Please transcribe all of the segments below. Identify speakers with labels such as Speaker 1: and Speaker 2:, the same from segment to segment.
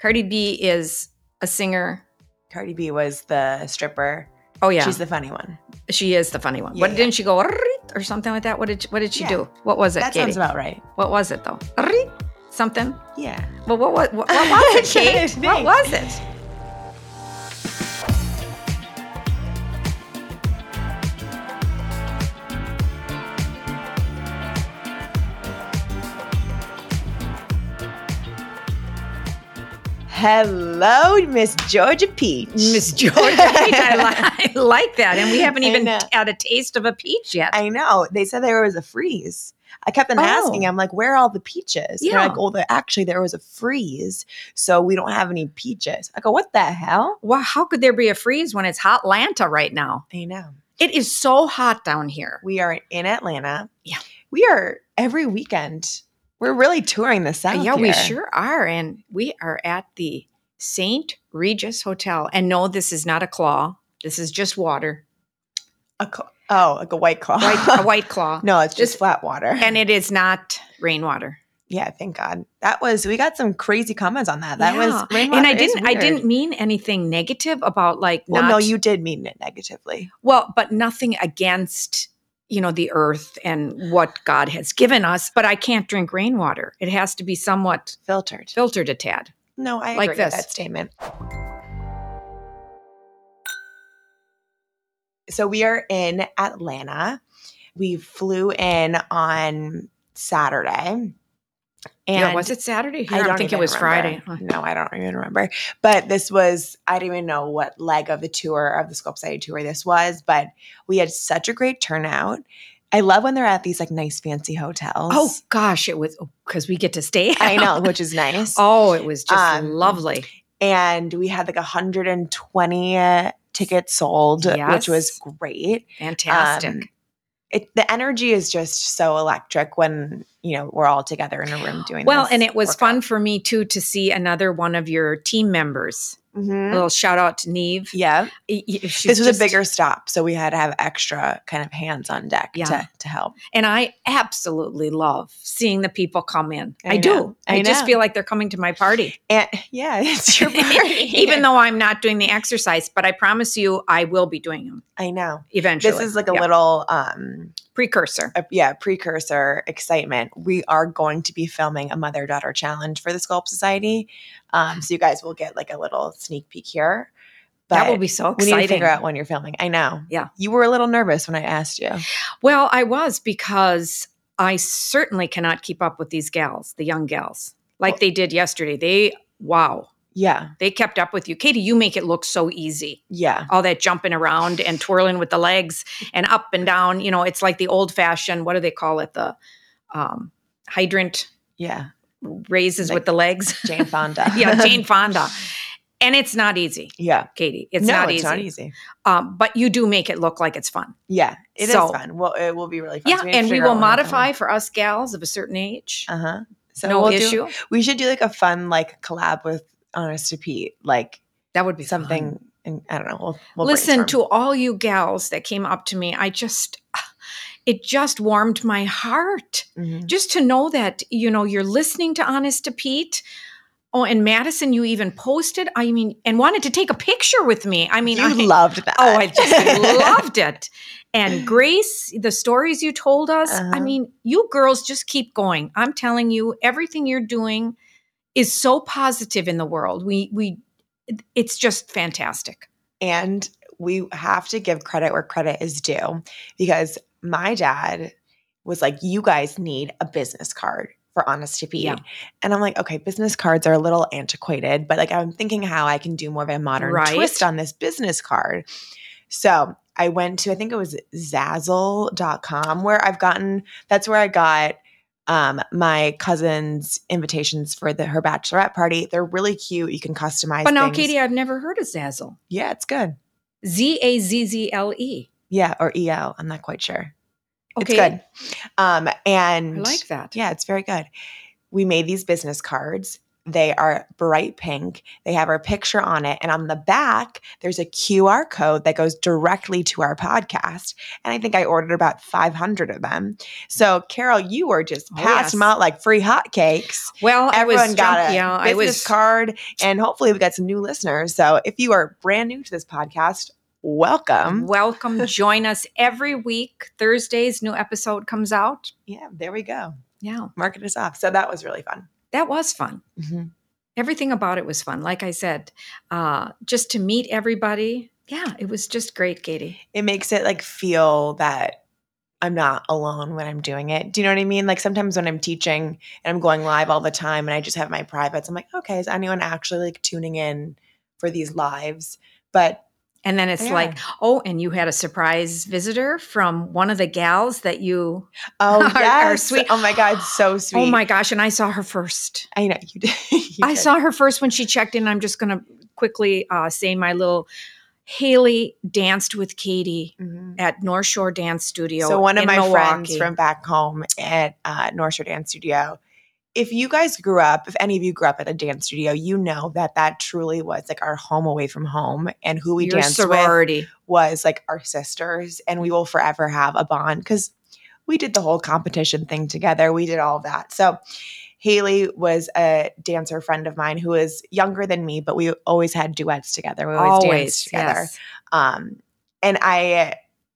Speaker 1: Cardi B is a singer.
Speaker 2: Cardi B was the stripper.
Speaker 1: Oh yeah,
Speaker 2: She's the funny one.
Speaker 1: she is the funny one.
Speaker 2: Yeah,
Speaker 1: what
Speaker 2: yeah.
Speaker 1: didn't she go "Arrrrrrrrrrrrrrrrrrrrrrrrr" or something like that? What did she, what did she
Speaker 2: Yeah.
Speaker 1: do? What was it,
Speaker 2: That
Speaker 1: Katie?
Speaker 2: sounds about right.
Speaker 1: what was it though? "Rrrrrrrrrr" something.
Speaker 2: Yeah.
Speaker 1: Well, what was what, what was it,
Speaker 2: Trying
Speaker 1: Kate?
Speaker 2: to
Speaker 1: what
Speaker 2: think.
Speaker 1: was it?
Speaker 2: Hello, Miss Georgia Peach.
Speaker 1: Miss Georgia Peach. I, li- I like that, and we haven't
Speaker 2: I
Speaker 1: even
Speaker 2: know.
Speaker 1: had a taste of a peach yet.
Speaker 2: I know. They said there was a freeze. I kept on
Speaker 1: Oh.
Speaker 2: asking. I'm like, where are all the peaches? They're
Speaker 1: Yeah.
Speaker 2: like, oh, there, actually, there was a freeze. So we don't have any peaches. I go, what the hell?
Speaker 1: wow, how could there be a freeze when it's hot Lanta right now?
Speaker 2: I know.
Speaker 1: It is so hot down here.
Speaker 2: We are in Atlanta.
Speaker 1: Yeah.
Speaker 2: We are every weekend. We're really touring the South.
Speaker 1: yeah, we
Speaker 2: here.
Speaker 1: sure are. And we are at the St. Regis Hotel. And no, this is not a claw. This is just water,
Speaker 2: A cl- oh, like a white claw.
Speaker 1: white, a white claw.
Speaker 2: no, it's just
Speaker 1: Just-
Speaker 2: flat water.
Speaker 1: And it is not rainwater.
Speaker 2: yeah, thank God. That was we got some crazy comments on that. That
Speaker 1: Yeah.
Speaker 2: was rainwater
Speaker 1: and I
Speaker 2: is
Speaker 1: didn't I
Speaker 2: weird.
Speaker 1: didn't mean anything negative about like
Speaker 2: Well,
Speaker 1: not
Speaker 2: no, you did mean it negatively.
Speaker 1: well, but nothing against you know the earth and what God has given us. But I can't drink rainwater. It has to be somewhat
Speaker 2: Filtered.
Speaker 1: filtered a tad.
Speaker 2: No, I
Speaker 1: Like this.
Speaker 2: agree with that statement. So we are in Atlanta. We flew in on Saturday. And
Speaker 1: yeah, was it Saturday? Here,
Speaker 2: I
Speaker 1: I
Speaker 2: don't
Speaker 1: think it
Speaker 2: even
Speaker 1: was
Speaker 2: remember.
Speaker 1: Friday.
Speaker 2: No, I don't even remember. But this was, I don't even know what leg of the tour, of the Sculpt City tour this was, but we had such a great turnout. I love when they're at these like nice fancy hotels.
Speaker 1: Oh gosh, it was because we get to stay.
Speaker 2: I know, which is nice.
Speaker 1: Oh, it was just
Speaker 2: Um,
Speaker 1: lovely.
Speaker 2: and we had like 120 tickets sold, which was great.
Speaker 1: Fantastic.
Speaker 2: Um, it, the energy is just so electric when you know we're all together in a room doing.
Speaker 1: well,
Speaker 2: this
Speaker 1: and it was fun
Speaker 2: workout.
Speaker 1: for me too to see another one of your team members. A
Speaker 2: Mhm.
Speaker 1: little shout out to Neve.
Speaker 2: Yeah,
Speaker 1: Y- y- she's
Speaker 2: this was
Speaker 1: just-
Speaker 2: a bigger stop, so we had to have extra kind of hands on deck
Speaker 1: Yeah.
Speaker 2: to, to help.
Speaker 1: and I absolutely love seeing the people come in. I,
Speaker 2: I
Speaker 1: do.
Speaker 2: know.
Speaker 1: I,
Speaker 2: I
Speaker 1: just
Speaker 2: know.
Speaker 1: feel like they're coming to my party,
Speaker 2: And yeah, it's your party.
Speaker 1: even though I'm not doing the exercise. But I promise you, I will be doing them
Speaker 2: I know
Speaker 1: eventually.
Speaker 2: this is like a
Speaker 1: Yeah.
Speaker 2: little um
Speaker 1: precursor.
Speaker 2: a, yeah precursor excitement we are going to be filming a mother daughter challenge for the sculpt society um so you guys will get like a little sneak peek here but
Speaker 1: that will be so
Speaker 2: we
Speaker 1: exciting.
Speaker 2: need to figure out when you're filming i know
Speaker 1: Yeah.
Speaker 2: you were a little nervous when i asked you
Speaker 1: Well, I was because I certainly cannot keep up with these gals, the young gals, like
Speaker 2: Well-
Speaker 1: they did yesterday. They, wow,
Speaker 2: yeah
Speaker 1: they kept up with you. Katie, you make it look so easy.
Speaker 2: yeah
Speaker 1: All that jumping around and twirling with the legs and up and down. You know, it's like the old fashioned, what do they call it? The um, hydrant
Speaker 2: yeah
Speaker 1: raises with
Speaker 2: Like-
Speaker 1: the legs.
Speaker 2: jane fonda
Speaker 1: yeah, Jane Fonda. And it's not easy,
Speaker 2: yeah
Speaker 1: Katie. It's
Speaker 2: no,
Speaker 1: not
Speaker 2: it's
Speaker 1: easy.
Speaker 2: not easy
Speaker 1: Um, but you do make it look like it's fun.
Speaker 2: yeah it is
Speaker 1: So-
Speaker 2: fun well it will be really fun
Speaker 1: Yeah,
Speaker 2: So need to
Speaker 1: and we
Speaker 2: figure
Speaker 1: will
Speaker 2: out when we're filming.
Speaker 1: modify for us gals of a certain age.
Speaker 2: uh-huh so
Speaker 1: no
Speaker 2: we'll do-
Speaker 1: issue.
Speaker 2: we should do like a fun like collab with honest to pete like
Speaker 1: That would be fun.
Speaker 2: something and i don't know we'll, we'll
Speaker 1: Listen to
Speaker 2: brainstorm.
Speaker 1: all you gals that came up to me. I just, it just warmed my heart
Speaker 2: Mhm.
Speaker 1: just to know that you know you're listening to Honest to Pete. Oh, and Madison, you even posted. I mean, and wanted to take a picture with me. I mean,
Speaker 2: you
Speaker 1: I,
Speaker 2: loved that.
Speaker 1: oh, I just loved it. And Grace, the stories you told us. I
Speaker 2: Uh-huh.
Speaker 1: mean, you girls just keep going. I'm telling you, everything you're doing is so positive in the world. We we, it's just fantastic.
Speaker 2: and we have to give credit where credit is due because my dad was like, "You guys need a business card." For honest to Pete."
Speaker 1: Yeah.
Speaker 2: And I'm like, okay, business cards are a little antiquated, but like I'm thinking how I can do more of a modern
Speaker 1: Right.
Speaker 2: twist on this business card. So I went to, I think it was Zazzle.com, where I've gotten, that's where I got um, my cousin's invitations for the her bachelorette party. They're really cute. You can customize
Speaker 1: But now,
Speaker 2: things.
Speaker 1: Katie, I've never heard of Zazzle.
Speaker 2: Yeah, it's good.
Speaker 1: Z A Z Z L E.
Speaker 2: Yeah, or EL. I'm not quite sure.
Speaker 1: Okay.
Speaker 2: It's good. Um,
Speaker 1: I
Speaker 2: and
Speaker 1: like that.
Speaker 2: yeah, it's very good. We made these business cards. They are bright pink. They have our picture on it. And on the back, there's a QR code that goes directly to our podcast. And I think I ordered about 500 of them. So, Carol, you were just
Speaker 1: Oh,
Speaker 2: passing
Speaker 1: yes.
Speaker 2: them out like free hotcakes.
Speaker 1: Well,
Speaker 2: Everyone
Speaker 1: I was
Speaker 2: got
Speaker 1: jump-
Speaker 2: a
Speaker 1: yeah, I
Speaker 2: business
Speaker 1: was
Speaker 2: card, and hopefully we got some new listeners. So if you are brand new to this podcast, welcome.
Speaker 1: welcome. Join us every week. Thursdays, new episode comes out.
Speaker 2: Yeah, there we go.
Speaker 1: Yeah,
Speaker 2: Market us off. So that was really fun.
Speaker 1: that was fun. Everything about it was fun. Like I said, uh, just to meet everybody. Yeah, it was just great, Katie.
Speaker 2: It makes it like feel that I'm not alone when I'm doing it. Do you know what I mean? Like sometimes when I'm teaching and I'm going live all the time, and I just have my privates. I'm like, okay, is anyone actually like tuning in for these lives? But
Speaker 1: And then it's
Speaker 2: Yeah.
Speaker 1: like, oh, and you had a surprise visitor from one of the gals that you.
Speaker 2: oh
Speaker 1: Our- our
Speaker 2: yes,
Speaker 1: sweet-
Speaker 2: oh my god, so sweet.
Speaker 1: Oh my gosh! And I saw her first.
Speaker 2: I know you did. you
Speaker 1: I
Speaker 2: did.
Speaker 1: saw her first when she checked in. I'm just going to quickly uh, say my little Haley danced with Katie
Speaker 2: Mhm.
Speaker 1: at North Shore Dance Studio.
Speaker 2: So one of
Speaker 1: in
Speaker 2: my friends
Speaker 1: Milwaukee.
Speaker 2: from back home at uh, North Shore Dance Studio. If you guys grew up, if any of you grew up at a dance studio, you know that that truly was like our home away from home, and who we
Speaker 1: your
Speaker 2: danced with
Speaker 1: sorority.
Speaker 2: was like our sisters, and we will forever have a bond because we did the whole competition thing together. We did all of that. So Haley was a dancer friend of mine who was younger than me, but we always had duets together. We always, danced together.
Speaker 1: yes.
Speaker 2: Um, and I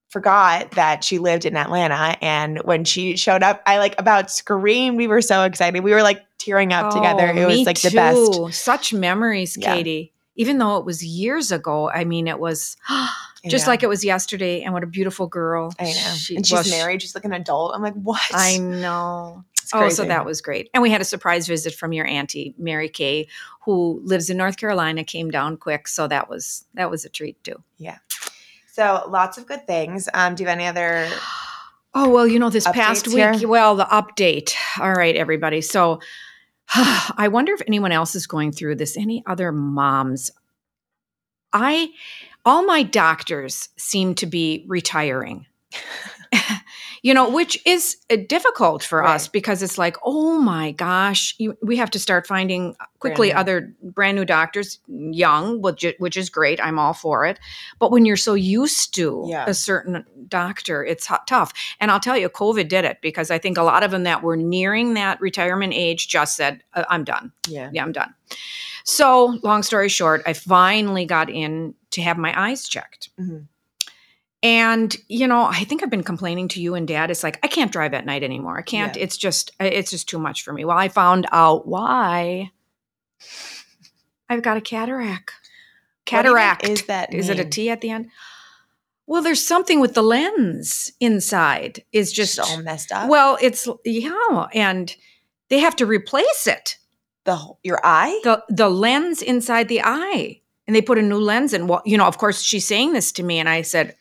Speaker 2: forgot that she lived in Atlanta. And when she showed up, I like about screamed. We were so excited. We were like tearing up together.
Speaker 1: Oh,
Speaker 2: It was
Speaker 1: me
Speaker 2: like the best.
Speaker 1: too. Such memories,
Speaker 2: Yeah.
Speaker 1: Katie. Even though it was years ago, I mean, it was just
Speaker 2: Yeah.
Speaker 1: like it was yesterday. And what a beautiful girl.
Speaker 2: I know.
Speaker 1: She,
Speaker 2: and she's
Speaker 1: well, she-
Speaker 2: married. She's like an adult. I'm like, what?
Speaker 1: I know.
Speaker 2: It's
Speaker 1: Oh, so
Speaker 2: crazy.
Speaker 1: that was great. And we had a surprise visit from your auntie, Mary Kay, who lives in North Carolina, came down quick. So that was that was a treat too.
Speaker 2: So lots of good things. Um, do you have any other?
Speaker 1: Oh, well, you know, this past
Speaker 2: Updates
Speaker 1: week,
Speaker 2: here?
Speaker 1: well, the update. All right, everybody. So I wonder if anyone else is going through this, any other moms. I all my doctors seem to be retiring. you know, which is uh, difficult for us
Speaker 2: Right.
Speaker 1: because it's like, oh my gosh, you, we have to start finding quickly
Speaker 2: Brand new.
Speaker 1: other brand new doctors, young, which, i- which is great. I'm all for it. But when you're so used to
Speaker 2: Yeah.
Speaker 1: a certain doctor, it's hu- tough. And I'll tell you, COVID did it because I think a lot of them that were nearing that retirement age just said, "Uh, I'm done
Speaker 2: Yeah.
Speaker 1: yeah, I'm done. So, long story short, I finally got in to have my eyes checked.
Speaker 2: Mhm.
Speaker 1: And, you know, I think I've been complaining to you and dad. It's like, I can't drive at night anymore. I can't.
Speaker 2: Yeah.
Speaker 1: It's just, uh, it's just too much for me. Well, I found out why. I've got a cataract.
Speaker 2: What even
Speaker 1: Cataract.
Speaker 2: is that?
Speaker 1: Is it a
Speaker 2: name?
Speaker 1: T at the end? Well, there's something with the lens inside. Is
Speaker 2: Just
Speaker 1: just,
Speaker 2: all messed up. Well,
Speaker 1: well, it's, yeah. And they have to replace it
Speaker 2: the whole- your eye.
Speaker 1: the the lens inside the eye and they put a new lens in well you know of course she's saying this to me and i said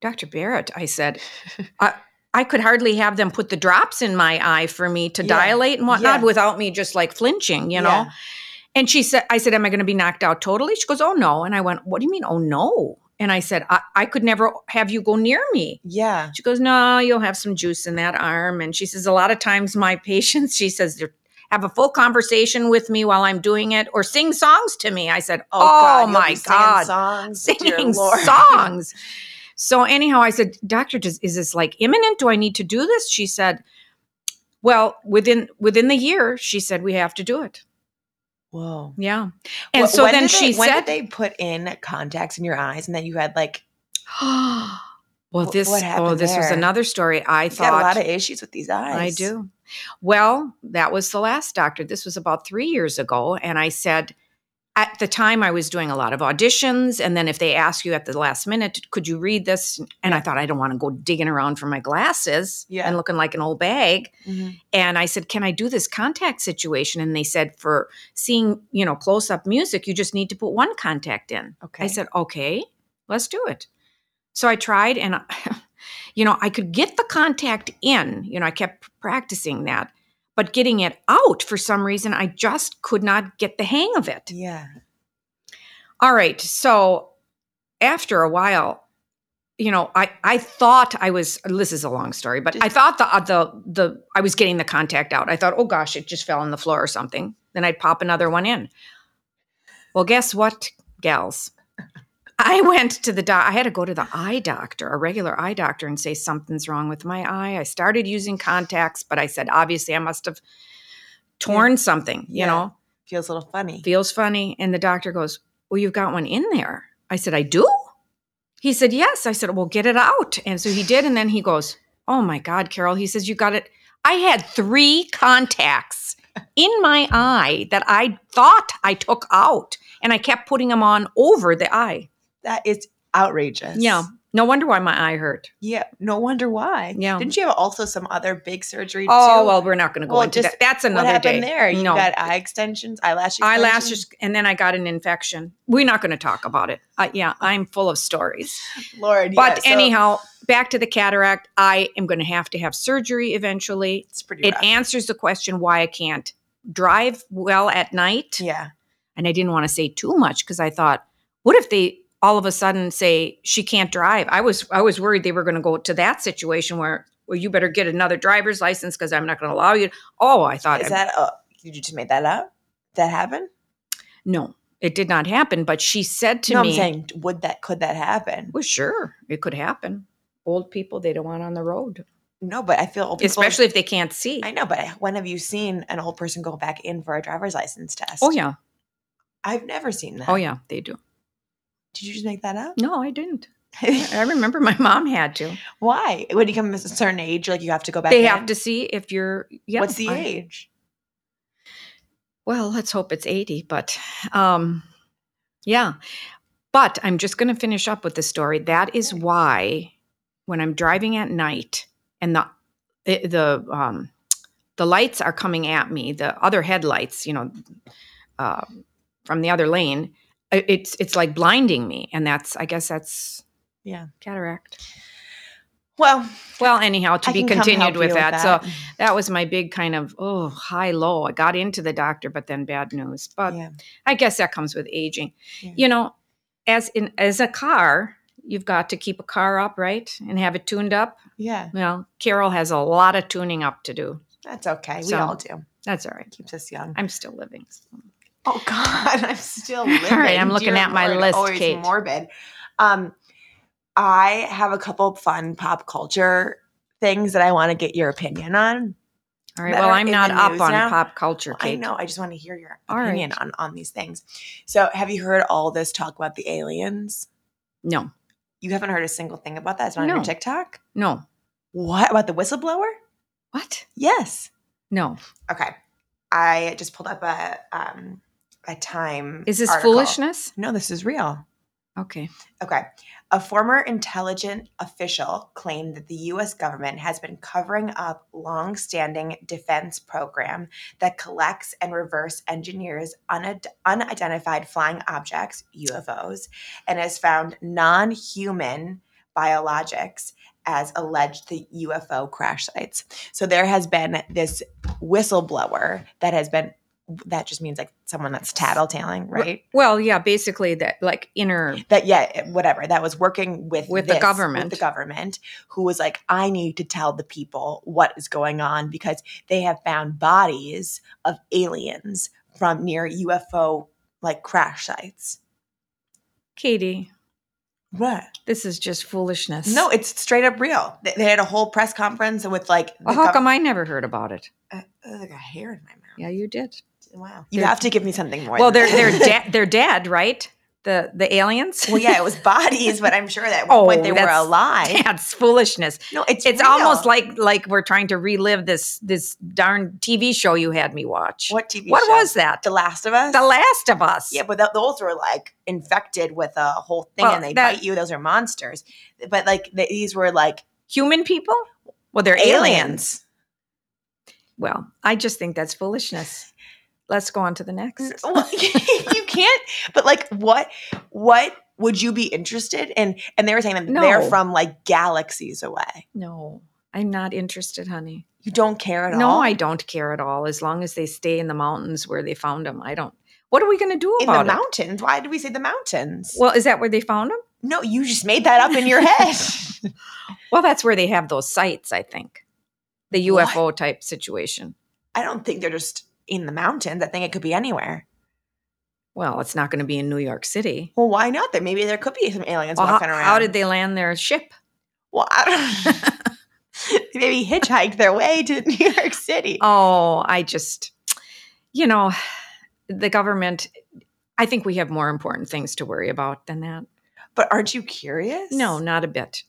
Speaker 1: dr barrett i said i i could hardly have them put the drops in my eye for me to
Speaker 2: Yeah,
Speaker 1: dilate and whatnot
Speaker 2: yeah.
Speaker 1: without me just like flinching you know
Speaker 2: Yeah.
Speaker 1: and she said i said am i going to be knocked out totally she goes oh no and i went what do you mean oh no and i said i, I could never have you go near me
Speaker 2: Yeah.
Speaker 1: she goes, No, you'll have some juice in that arm. And she says, A lot of times my patients, she says, they have a full conversation with me while I'm doing it or sing songs to me. I said, Oh,
Speaker 2: you'll be
Speaker 1: my
Speaker 2: singing
Speaker 1: God,
Speaker 2: Songs. dear
Speaker 1: singing
Speaker 2: Lord.
Speaker 1: songs. So, anyhow, I said, Doctor, does, is this like imminent? Do I need to do this? She said, well, within within the year, she said we have to do it.
Speaker 2: Whoa.
Speaker 1: Yeah, and
Speaker 2: Wh-
Speaker 1: so
Speaker 2: when
Speaker 1: then
Speaker 2: did they-
Speaker 1: she
Speaker 2: when
Speaker 1: said,
Speaker 2: did they put in contacts in your eyes, and then you had like
Speaker 1: "Well,
Speaker 2: Wh-
Speaker 1: this
Speaker 2: what
Speaker 1: oh,
Speaker 2: happened
Speaker 1: this was
Speaker 2: there?
Speaker 1: another story." I
Speaker 2: you
Speaker 1: thought
Speaker 2: got a lot of issues with these eyes.
Speaker 1: I do. Well, that was the last doctor. This was about three years ago. And I said, at the time, I was doing a lot of auditions. And then if they ask you at the last minute, could you read this? And I thought, I don't want to go digging around for my glasses
Speaker 2: Yeah.
Speaker 1: and looking like an old bag.
Speaker 2: Mhm.
Speaker 1: And I said, Can I do this contact situation? And they said, For seeing, you know, close up music, you just need to put one contact in.
Speaker 2: Okay.
Speaker 1: I said, okay, let's do it. So I tried and, you know, I could get the contact in, you know, I kept practicing that, but getting it out for some reason, I just could not get the hang of it.
Speaker 2: yeah.
Speaker 1: All right. So after a while, you know, I I thought I was. This is a long story, but I thought the uh, the the I was getting the contact out. I thought, oh gosh, it just fell on the floor or something. Then I'd pop another one in. Well, guess what, gals? I went to the doc. I had to go to the eye doctor, a regular eye doctor, and say something's wrong with my eye. I started using contacts, but I said obviously I must have torn
Speaker 2: Yeah.
Speaker 1: something. You
Speaker 2: Yeah.
Speaker 1: know,
Speaker 2: Feels a little funny.
Speaker 1: feels funny. And the doctor goes, Well, you've got one in there. I said, I do. He said, Yes. I said, Well, get it out. And so he did. And then he goes, Oh my God, Carol. He says, You got it. I had three contacts in my eye that I thought I took out. And I kept putting them on over the eye.
Speaker 2: that is outrageous.
Speaker 1: Yeah. No wonder why my eye hurt.
Speaker 2: Yeah. No wonder why.
Speaker 1: Yeah.
Speaker 2: Didn't you have also some other big surgery
Speaker 1: Oh,
Speaker 2: too?
Speaker 1: well, we're not going to go
Speaker 2: Well,
Speaker 1: into
Speaker 2: just
Speaker 1: that. That's
Speaker 2: what
Speaker 1: another
Speaker 2: happened
Speaker 1: day.
Speaker 2: there? You
Speaker 1: no.
Speaker 2: got eye extensions, eyelash extensions?
Speaker 1: Eyelashes, and then I got an infection. We're not going to talk about it. Uh, yeah, I'm full of stories.
Speaker 2: Lord.
Speaker 1: But
Speaker 2: yeah, so
Speaker 1: anyhow, back to the cataract. I am going to have to have surgery eventually.
Speaker 2: it's pretty
Speaker 1: It
Speaker 2: rough.
Speaker 1: answers the question why I can't drive well at night.
Speaker 2: yeah.
Speaker 1: And I didn't want to say too much because I thought, what if they all of a sudden say she can't drive? I was I was worried they were going to go to that situation where well you better get another driver's license because I'm not going to allow you. Oh, I thought
Speaker 2: Is
Speaker 1: I-
Speaker 2: that, oh, did you just make that up? That happened?
Speaker 1: no, it did not happen. But she said to
Speaker 2: no,
Speaker 1: me,
Speaker 2: I'm saying, would that, could that happen?
Speaker 1: "Well, sure, it could happen." Old people they don't want on the road,
Speaker 2: No, but I feel old people-
Speaker 1: especially if they can't see.
Speaker 2: I know, but when have you seen an old person go back in for a driver's license test?
Speaker 1: Oh yeah,
Speaker 2: I've never seen that.
Speaker 1: oh yeah, they do.
Speaker 2: Did you just make that up?
Speaker 1: No, I didn't. I remember my mom had to.
Speaker 2: Why? When you come to a certain age, like you have to go back
Speaker 1: they
Speaker 2: in?
Speaker 1: have to see if you're. Yeah,
Speaker 2: What's the
Speaker 1: I-
Speaker 2: age?
Speaker 1: Well, let's hope it's eighty. But, um, yeah. But I'm just going to finish up with the story. That is why when I'm driving at night and the the- the um, the lights are coming at me, the other headlights, you know, uh, from the other lane, i- it's it's like blinding me, and that's I guess that's
Speaker 2: Yeah.
Speaker 1: cataract.
Speaker 2: Well,
Speaker 1: Well, anyhow, to
Speaker 2: I
Speaker 1: be
Speaker 2: can come help
Speaker 1: continued
Speaker 2: you
Speaker 1: with that. So
Speaker 2: that.
Speaker 1: that was my big kind of oh high low. I got into the doctor, but then bad news. But
Speaker 2: yeah.
Speaker 1: I guess that comes with aging.
Speaker 2: Yeah.
Speaker 1: You know, as in as a car, you've got to keep a car up, right, and have it tuned up.
Speaker 2: Yeah.
Speaker 1: Well, Carol has a lot of tuning up to do.
Speaker 2: That's okay. We
Speaker 1: So-
Speaker 2: all do.
Speaker 1: That's all right.
Speaker 2: Keeps us young.
Speaker 1: I'm still living.
Speaker 2: Oh God, I'm still
Speaker 1: All right,
Speaker 2: living.
Speaker 1: I'm looking
Speaker 2: Dear
Speaker 1: at my
Speaker 2: Lord,
Speaker 1: list,
Speaker 2: Always
Speaker 1: Kate.
Speaker 2: morbid. Um, I have a couple of fun pop culture things that I want to get your opinion on.
Speaker 1: All right.
Speaker 2: That
Speaker 1: Well,
Speaker 2: are
Speaker 1: I'm
Speaker 2: in
Speaker 1: not
Speaker 2: the
Speaker 1: up
Speaker 2: news
Speaker 1: on
Speaker 2: now?
Speaker 1: pop culture, Kate.
Speaker 2: I know. I just want to hear your
Speaker 1: All right.
Speaker 2: opinion on on these things. So, have you heard all this talk about the aliens?
Speaker 1: No,
Speaker 2: You haven't heard a single thing about that. It's not on
Speaker 1: No.
Speaker 2: your TikTok.
Speaker 1: no.
Speaker 2: What about the whistleblower?
Speaker 1: What?
Speaker 2: Yes.
Speaker 1: No.
Speaker 2: Okay. I just pulled up a um a time.
Speaker 1: Is this
Speaker 2: article.
Speaker 1: foolishness?
Speaker 2: No, this is real.
Speaker 1: Okay.
Speaker 2: Okay. A former intelligence official claimed that the U.S. government has been covering up long-standing defense program that collects and reverse engineers unid- unidentified flying objects (UFOs) and has found non-human biologics as alleged the UFO crash sites. So there has been this whistleblower that has been that just means like someone that's tattletaling, right?
Speaker 1: Well, yeah. Basically, that like inner.
Speaker 2: that yeah whatever that was working with
Speaker 1: With the
Speaker 2: this-
Speaker 1: government.
Speaker 2: with the government who was like i need to tell the people what is going on because they have found bodies of aliens from near ufo like crash sites
Speaker 1: Katie,
Speaker 2: what
Speaker 1: this is just foolishness.
Speaker 2: no it's straight up real they, they had a whole press conference with like the
Speaker 1: Well, Oh, how
Speaker 2: gov-
Speaker 1: come I never heard about it?
Speaker 2: I got like a hair in my mouth
Speaker 1: Yeah, you did.
Speaker 2: wow you
Speaker 1: They're-
Speaker 2: have to give me something more
Speaker 1: Well,
Speaker 2: than
Speaker 1: they're they're
Speaker 2: that.
Speaker 1: dead. They're dead, right? The the aliens.
Speaker 2: well yeah it was bodies but i'm sure that at one point
Speaker 1: Oh,
Speaker 2: they were
Speaker 1: that's-
Speaker 2: alive
Speaker 1: That's foolishness.
Speaker 2: no it's
Speaker 1: It's
Speaker 2: real.
Speaker 1: almost like like we're trying to relive this this darn TV show you had me watch.
Speaker 2: what tv
Speaker 1: What
Speaker 2: show?
Speaker 1: was that?
Speaker 2: the last of us
Speaker 1: The Last of Us.
Speaker 2: Yeah, but th- those were like infected with a whole thing,
Speaker 1: Well,
Speaker 2: and they
Speaker 1: that-
Speaker 2: bite you. Those are monsters. But like th- these were like
Speaker 1: Human people? Well, they're aliens.
Speaker 2: aliens.
Speaker 1: Well, I just think that's foolishness. Let's go on to the next.
Speaker 2: Well, you can't. But like, what? What would you be interested in? And they were saying that they're
Speaker 1: No.
Speaker 2: from like galaxies away.
Speaker 1: No, I'm not interested, honey.
Speaker 2: You don't care at
Speaker 1: no,
Speaker 2: all.
Speaker 1: I don't care at all. As long as they stay in the mountains where they found them, I don't. What are we going to do
Speaker 2: in
Speaker 1: about
Speaker 2: the
Speaker 1: it?
Speaker 2: mountains. Why did we say the mountains?
Speaker 1: Well, is that where they found them?
Speaker 2: no, you just made that up in your head.
Speaker 1: Well, that's where they have those sites, I think. The
Speaker 2: What?
Speaker 1: UFO type situation.
Speaker 2: I don't think they're just in the mountains. I think it could be anywhere.
Speaker 1: Well, it's not going to be in New York City.
Speaker 2: Well, why not? There maybe there could be some aliens
Speaker 1: Well,
Speaker 2: walking
Speaker 1: how,
Speaker 2: around.
Speaker 1: how did they land their ship?
Speaker 2: Well, I don't. They maybe hitchhiked their way to New York City.
Speaker 1: Oh, I just, you know, the government, I think we have more important things to worry about than that.
Speaker 2: But aren't you curious?
Speaker 1: No, not a bit.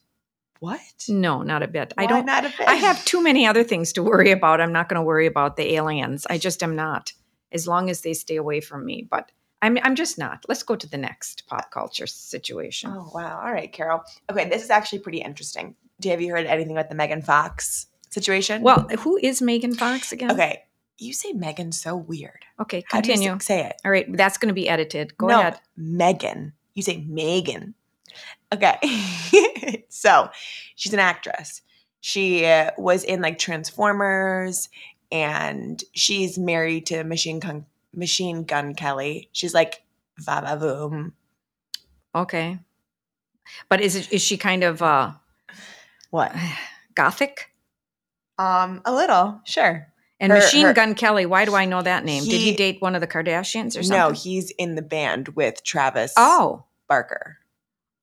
Speaker 2: What?
Speaker 1: No, not a bit.
Speaker 2: Why
Speaker 1: I don't.
Speaker 2: Not a fish?
Speaker 1: I have too many other things to worry about. I'm not going to worry about the aliens. I just am not. As long as they stay away from me, but I'm I'm just not. Let's go to the next pop culture situation.
Speaker 2: Oh wow! All right, Carol. Okay, this is actually pretty interesting. Do have you heard anything about the Megan Fox situation?
Speaker 1: Well, who is Megan Fox again?
Speaker 2: okay. You say Megan so weird.
Speaker 1: Okay,
Speaker 2: How do you
Speaker 1: continue.
Speaker 2: say it?
Speaker 1: All right, that's going to be edited. Go
Speaker 2: no,
Speaker 1: ahead.
Speaker 2: Megan. You say Megan. Okay. so she's an actress. She uh, was in like Transformers and she's married to Machine Gun, Machine Gun Kelly. She's like Vava Voom.
Speaker 1: Okay. But is it, is she kind of uh
Speaker 2: What?
Speaker 1: gothic?
Speaker 2: Um, a little, sure.
Speaker 1: And
Speaker 2: Her-
Speaker 1: Machine
Speaker 2: her-
Speaker 1: Gun Kelly, why do I know that name? Did he
Speaker 2: He-
Speaker 1: date one of the Kardashians or
Speaker 2: No,
Speaker 1: something?
Speaker 2: he's in the band with Travis
Speaker 1: Oh.
Speaker 2: Barker.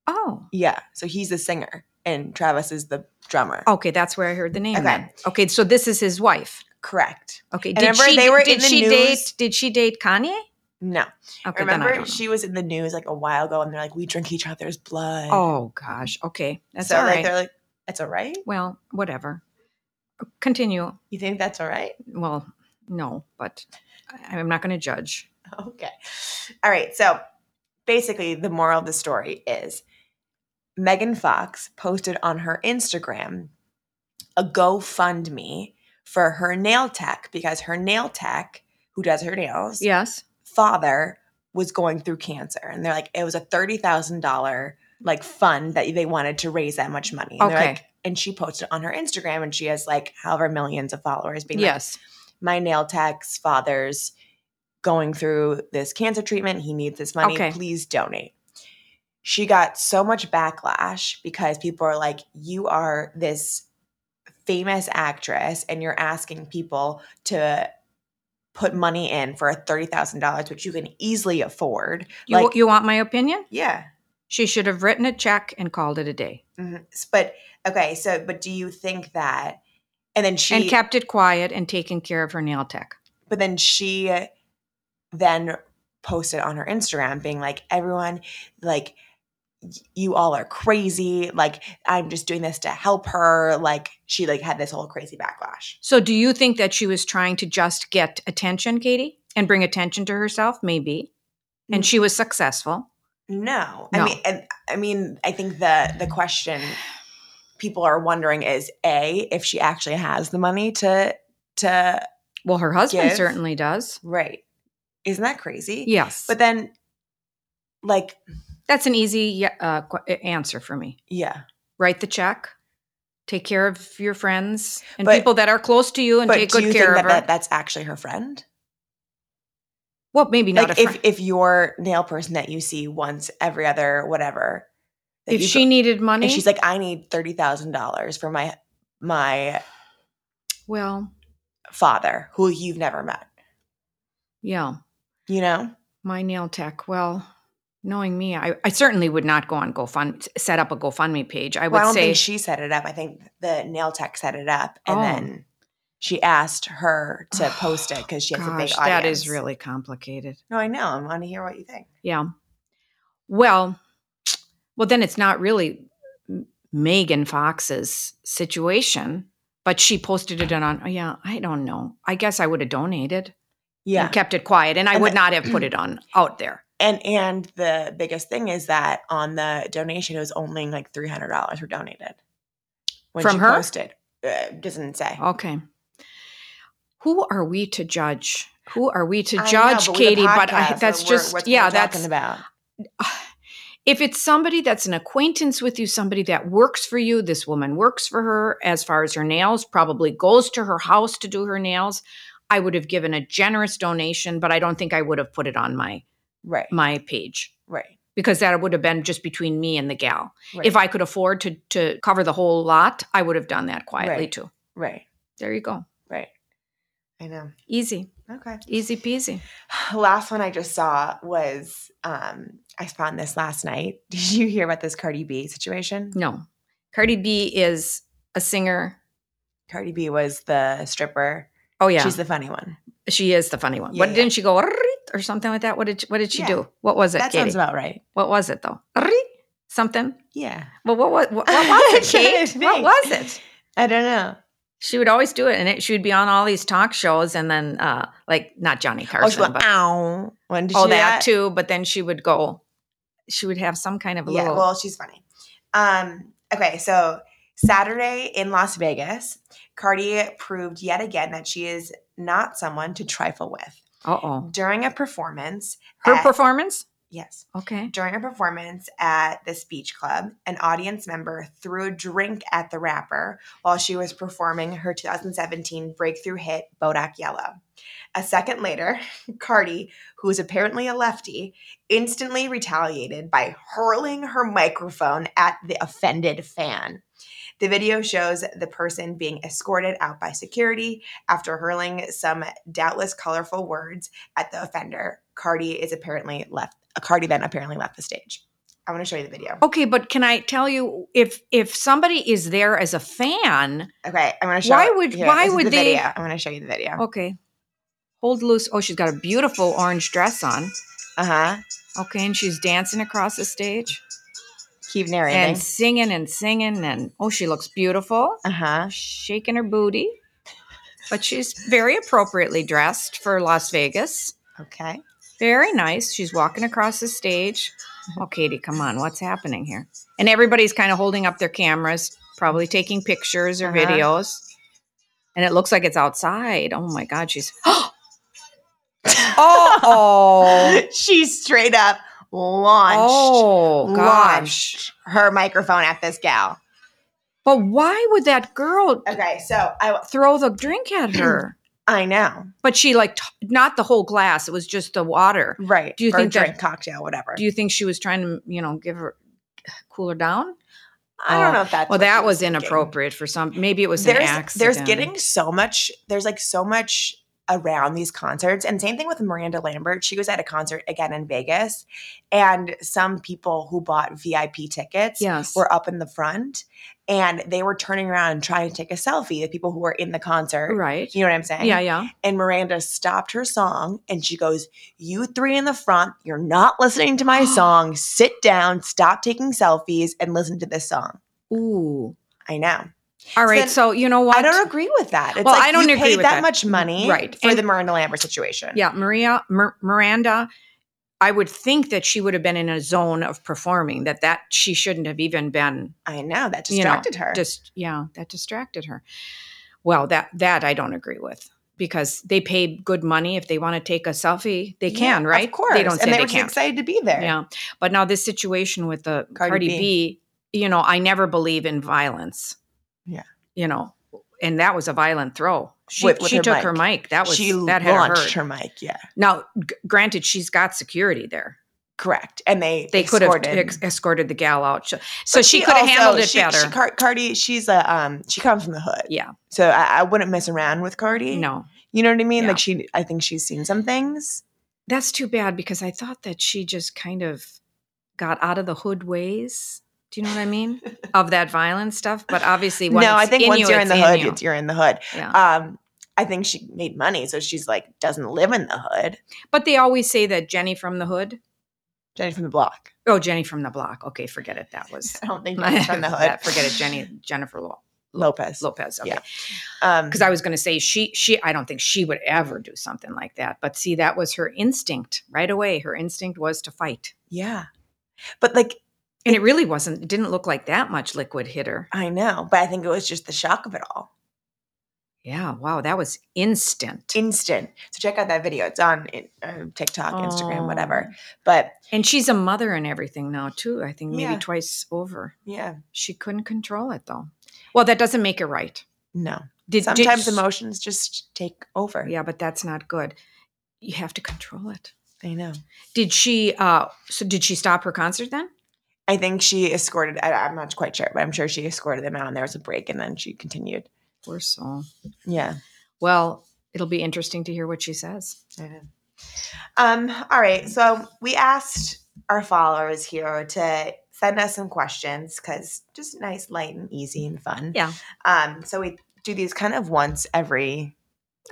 Speaker 1: Oh.
Speaker 2: Yeah. So he's a singer and Travis is the drummer.
Speaker 1: Okay, that's where I heard the name.
Speaker 2: Okay.
Speaker 1: then. Okay, so this is his wife.
Speaker 2: Correct.
Speaker 1: Okay.
Speaker 2: And
Speaker 1: Did
Speaker 2: remember
Speaker 1: she
Speaker 2: they were
Speaker 1: did
Speaker 2: in the
Speaker 1: she
Speaker 2: news?
Speaker 1: date did she date Kanye?
Speaker 2: No.
Speaker 1: Okay, then I
Speaker 2: Remember,
Speaker 1: don't know.
Speaker 2: she was in the news like a while ago, and they're like, "We drink each other's blood."
Speaker 1: Oh gosh. Okay. That's
Speaker 2: so
Speaker 1: all
Speaker 2: like uh,
Speaker 1: right.
Speaker 2: they're like, "That's all right."
Speaker 1: Well, whatever. Continue.
Speaker 2: You think that's all right?
Speaker 1: Well, no, but I- I'm not going to judge.
Speaker 2: Okay, all right. So basically, the moral of the story is Megan Fox posted on her Instagram a GoFundMe for her nail tech because her nail tech, who does her nails,
Speaker 1: Yes.
Speaker 2: father was going through cancer, and they're like, it was a thirty thousand dollar like fund that they wanted to raise that much money. And they're
Speaker 1: Okay.
Speaker 2: like, and she posted on her Instagram and she has like however millions of followers being like,
Speaker 1: yes.
Speaker 2: my nail tech's father's going through this cancer treatment. He needs this money.
Speaker 1: Okay.
Speaker 2: Please donate. She got so much backlash because people are like, you are this famous actress and you're asking people to put money in for $30,000, which you can easily afford.
Speaker 1: You
Speaker 2: Like-
Speaker 1: you want my opinion?
Speaker 2: Yeah.
Speaker 1: She should have written a check and called it a day
Speaker 2: Mhm. S- But okay, so but do you think that? And then she,
Speaker 1: and kept it quiet and taken care of her nail tech.
Speaker 2: but then she, then posted on her Instagram being like, everyone, like, y- you all are crazy. Like, I'm just doing this to help her. Like, she like had this whole crazy backlash.
Speaker 1: So, do you think that she was trying to just get attention, Katie, and bring attention to herself? Maybe.
Speaker 2: Mm.
Speaker 1: And she was successful.
Speaker 2: No, I
Speaker 1: No.
Speaker 2: mean, and I mean, I think the the question people are wondering is a if she actually has the money to to
Speaker 1: Well, her husband
Speaker 2: Give.
Speaker 1: certainly does.
Speaker 2: right. Isn't that crazy?
Speaker 1: Yes.
Speaker 2: But then, like,
Speaker 1: that's an easy ye- uh, qu- answer for me.
Speaker 2: yeah,
Speaker 1: Write the check, take care of your friends and
Speaker 2: But-
Speaker 1: people that are close to you and
Speaker 2: but
Speaker 1: take
Speaker 2: do you
Speaker 1: good
Speaker 2: think
Speaker 1: care
Speaker 2: that,
Speaker 1: of her.
Speaker 2: that that's actually her friend?
Speaker 1: well, maybe not
Speaker 2: like,
Speaker 1: a
Speaker 2: if
Speaker 1: friend.
Speaker 2: if your nail person that you see once every other whatever, that
Speaker 1: If,
Speaker 2: you
Speaker 1: she
Speaker 2: go-
Speaker 1: needed money,
Speaker 2: and she's like, I need thirty thousand dollars for my my
Speaker 1: well,
Speaker 2: father who you've never met,
Speaker 1: yeah.
Speaker 2: you know,
Speaker 1: My nail tech. Well, knowing me, I, I certainly would not go on GoFund, set up a GoFundMe page. I would
Speaker 2: well, I don't
Speaker 1: say,
Speaker 2: think she set it up. I think the nail tech set it up, and
Speaker 1: Oh.
Speaker 2: then she asked her to post it because she has a big
Speaker 1: gosh,
Speaker 2: audience.
Speaker 1: that is really complicated.
Speaker 2: No, I know. I want to hear what you think.
Speaker 1: Yeah. Well, well, then it's not really M- Megan Fox's situation, but she posted it on. oh, Yeah, I don't know. I guess I would have donated
Speaker 2: Yeah,
Speaker 1: and kept it quiet, and I
Speaker 2: And
Speaker 1: would
Speaker 2: the-
Speaker 1: not have put it on out there.
Speaker 2: and and the biggest thing is that on the donation it was only like three hundred dollars were donated
Speaker 1: From her?
Speaker 2: posted. Uh, doesn't say
Speaker 1: Okay. Who are we to judge? Who are we to
Speaker 2: I know,
Speaker 1: judge,
Speaker 2: but we have a
Speaker 1: Katie? But I,
Speaker 2: podcast,
Speaker 1: that's
Speaker 2: so we're-
Speaker 1: just
Speaker 2: what's-
Speaker 1: yeah.
Speaker 2: we're
Speaker 1: That's
Speaker 2: talking about
Speaker 1: if it's somebody that's an acquaintance with you, somebody that works for you, this woman works for her as far as her nails, probably goes to her house to do her nails. I would have given a generous donation, but I don't think I would have put it on my
Speaker 2: Right.
Speaker 1: my page
Speaker 2: Right.
Speaker 1: because that would have been just between me and the gal.
Speaker 2: Right.
Speaker 1: If I could afford to to cover the whole lot, I would have done that quietly
Speaker 2: Right.
Speaker 1: too.
Speaker 2: Right.
Speaker 1: There you go.
Speaker 2: Right. I know.
Speaker 1: Easy.
Speaker 2: Okay.
Speaker 1: Easy peasy.
Speaker 2: Last one I just saw was um I found this last night. Did you hear about this Cardi B situation?
Speaker 1: No. Cardi B is a singer.
Speaker 2: Cardi B was the stripper.
Speaker 1: Oh yeah.
Speaker 2: She's the funny one.
Speaker 1: she is the funny one.
Speaker 2: Yeah,
Speaker 1: what
Speaker 2: yeah.
Speaker 1: didn't she go "Arrit" or something like that? What did what did she
Speaker 2: Yeah.
Speaker 1: do? What was it?
Speaker 2: that
Speaker 1: Katie?
Speaker 2: sounds about right.
Speaker 1: what was it though? "Arrit" something?
Speaker 2: Yeah.
Speaker 1: Well, what was what, what was
Speaker 2: Trying to
Speaker 1: it, Kate? What
Speaker 2: think.
Speaker 1: was it?
Speaker 2: I don't know.
Speaker 1: She would always do it, and it, she would be on all these talk shows, and then uh like not Johnny
Speaker 2: Oh, she
Speaker 1: Carson,
Speaker 2: went,
Speaker 1: but
Speaker 2: ow. When did
Speaker 1: oh
Speaker 2: she do
Speaker 1: that, too. But then she would go, she would have some kind of
Speaker 2: Yeah,
Speaker 1: little.
Speaker 2: well, she's funny. Um, okay, so Saturday in Las Vegas, Cardi proved yet again that she is not someone to trifle with.
Speaker 1: uh oh,
Speaker 2: During a performance,
Speaker 1: her
Speaker 2: at-
Speaker 1: performance.
Speaker 2: yes,
Speaker 1: Okay.
Speaker 2: During a performance at the speech club, an audience member threw a drink at the rapper while she was performing her 2017 breakthrough hit Bodak Yellow. A second later, Cardi, who is apparently a lefty, instantly retaliated by hurling her microphone at the offended fan. The video shows the person being escorted out by security after hurling some doubtless colorful words at the offender. Cardi is apparently left. Cardi then apparently left the stage. I want to show you the video.
Speaker 1: Okay, but can I tell you if if somebody is there as a fan?
Speaker 2: Okay, I'm going to show.
Speaker 1: Why would-
Speaker 2: here,
Speaker 1: why
Speaker 2: this is
Speaker 1: would
Speaker 2: the
Speaker 1: they- Oh.
Speaker 2: Video. I'm going to show you the video.
Speaker 1: Okay, hold loose. Oh, she's got a beautiful orange dress on.
Speaker 2: Uh huh.
Speaker 1: Okay, and she's dancing across the stage
Speaker 2: Keep
Speaker 1: and
Speaker 2: narrating.
Speaker 1: singing and singing and oh, she looks beautiful,
Speaker 2: Uh huh.
Speaker 1: shaking her booty. But she's very appropriately dressed for Las Vegas.
Speaker 2: Okay.
Speaker 1: Very nice. She's walking across the stage. Oh, Katie, come on. What's happening here? And everybody's kind of holding up their cameras, probably taking pictures or
Speaker 2: Uh-huh.
Speaker 1: videos. And it looks like it's outside. Oh my God, she's. Oh, oh,
Speaker 2: she straight up launched,
Speaker 1: oh gosh.
Speaker 2: launched her microphone at this gal.
Speaker 1: But why would that girl
Speaker 2: Okay, so I
Speaker 1: throw the drink at her?
Speaker 2: I know
Speaker 1: but she like t- not the whole glass; it was just the water.
Speaker 2: right.
Speaker 1: Do you
Speaker 2: Or
Speaker 1: think that-
Speaker 2: drink cocktail whatever?
Speaker 1: Do you think she was trying to, you know, give her cool her down?
Speaker 2: I
Speaker 1: Oh,
Speaker 2: don't know if that's
Speaker 1: Well,
Speaker 2: what she
Speaker 1: that was
Speaker 2: thinking.
Speaker 1: inappropriate for some. Maybe it was an
Speaker 2: there's
Speaker 1: accident.
Speaker 2: there's getting so much there's like so much around these concerts and same thing with Miranda Lambert she was at a concert again in Vegas and some people who bought VIP tickets
Speaker 1: yes.
Speaker 2: were up in the front and they were turning around and trying to take a selfie the people who were in the concert
Speaker 1: right.
Speaker 2: you know what I'm saying
Speaker 1: Yeah, yeah.
Speaker 2: and Miranda stopped her song and she goes you three in the front you're not listening to my song sit down stop taking selfies and listen to this song
Speaker 1: Ooh.
Speaker 2: I know
Speaker 1: All right.
Speaker 2: then-
Speaker 1: so you know what?
Speaker 2: I don't agree with that. It's
Speaker 1: Well,
Speaker 2: like
Speaker 1: I don't
Speaker 2: you
Speaker 1: agree
Speaker 2: paid
Speaker 1: with
Speaker 2: that,
Speaker 1: that. Mm,
Speaker 2: much money
Speaker 1: Right.
Speaker 2: for
Speaker 1: And-
Speaker 2: the Miranda Lambert situation.
Speaker 1: Yeah, Maria Mir- Miranda. I would think that she would have been in a zone of performing. That that she shouldn't have even been
Speaker 2: I know that
Speaker 1: You know,
Speaker 2: distracted her.
Speaker 1: just yeah that distracted her well that that i don't agree with because they pay good money if they want to take a selfie they
Speaker 2: Yeah,
Speaker 1: can right
Speaker 2: Of course,
Speaker 1: they don't say
Speaker 2: and they,
Speaker 1: they,
Speaker 2: were just
Speaker 1: can't
Speaker 2: excited to be there.
Speaker 1: yeah but now this situation with the
Speaker 2: Cardi
Speaker 1: cardi,
Speaker 2: B.
Speaker 1: b. you know i never believe in violence
Speaker 2: Yeah.
Speaker 1: you know and that was a violent throw she,
Speaker 2: With- with
Speaker 1: she
Speaker 2: her
Speaker 1: took
Speaker 2: mic.
Speaker 1: her mic that was
Speaker 2: she
Speaker 1: that had
Speaker 2: launched
Speaker 1: her,
Speaker 2: her mic. Yeah,
Speaker 1: now g- granted she's got security there
Speaker 2: correct. And they
Speaker 1: they could have
Speaker 2: escorted-
Speaker 1: ex- escorted the gal out so, so
Speaker 2: But
Speaker 1: she, could have
Speaker 2: also-
Speaker 1: handled it
Speaker 2: she-
Speaker 1: better
Speaker 2: She, Car- Cardi, she's a um, she comes from the hood,
Speaker 1: yeah
Speaker 2: so I, I wouldn't mess around with Cardi.
Speaker 1: no
Speaker 2: you know what I mean.
Speaker 1: Yeah.
Speaker 2: Like she, I think she's seen some things.
Speaker 1: That's too bad because I thought that she just kind of got out of the hood ways. Do you know what I mean? of that violent stuff. But obviously, when
Speaker 2: no,
Speaker 1: it's
Speaker 2: I think
Speaker 1: in
Speaker 2: once
Speaker 1: you,
Speaker 2: you're in
Speaker 1: it's
Speaker 2: the hood,
Speaker 1: you.
Speaker 2: it's, you're in the hood.
Speaker 1: yeah.
Speaker 2: Um, I think she made money, so she's like doesn't live in the hood.
Speaker 1: but they always say that Jenny from the hood.
Speaker 2: Jenny from the block.
Speaker 1: Oh, Jenny from the block. Okay, forget it. That was
Speaker 2: I don't think Jenny's from the hood.
Speaker 1: that, forget it. Jenny Jennifer Lo-
Speaker 2: Lopez.
Speaker 1: Lopez. Okay.
Speaker 2: Yeah. Um,
Speaker 1: Because I was going to say she she I don't think she would ever do something like that. But see, that was her instinct right away. Her instinct was to fight,
Speaker 2: yeah, but like
Speaker 1: and it really wasn't. It didn't look like that much liquid hit her.
Speaker 2: I know, but I think it was just the shock of it all,
Speaker 1: Yeah. Wow. That was instant.
Speaker 2: instant. So check out that video. It's on uh, TikTok, Instagram,
Speaker 1: Oh.
Speaker 2: whatever. But
Speaker 1: And she's a mother and everything now too. I think maybe
Speaker 2: Yeah.
Speaker 1: twice over.
Speaker 2: yeah,
Speaker 1: She couldn't control it though. Well, that doesn't make it right.
Speaker 2: no,
Speaker 1: Did, did-
Speaker 2: Sometimes emotions just take over.
Speaker 1: Yeah, but that's not good. You have to control it.
Speaker 2: I know.
Speaker 1: Did she? uh So did she stop her concert then?
Speaker 2: I think she escorted. I, I'm not quite sure, but I'm sure she escorted them out, and there was a break, and then she continued.
Speaker 1: Poor soul.
Speaker 2: Yeah.
Speaker 1: Well, it'll be interesting to hear what she says.
Speaker 2: I know. Um. All right. So we asked our followers here to send us some questions because just nice, light, and easy, and fun.
Speaker 1: Yeah.
Speaker 2: Um. So we do these kind of once every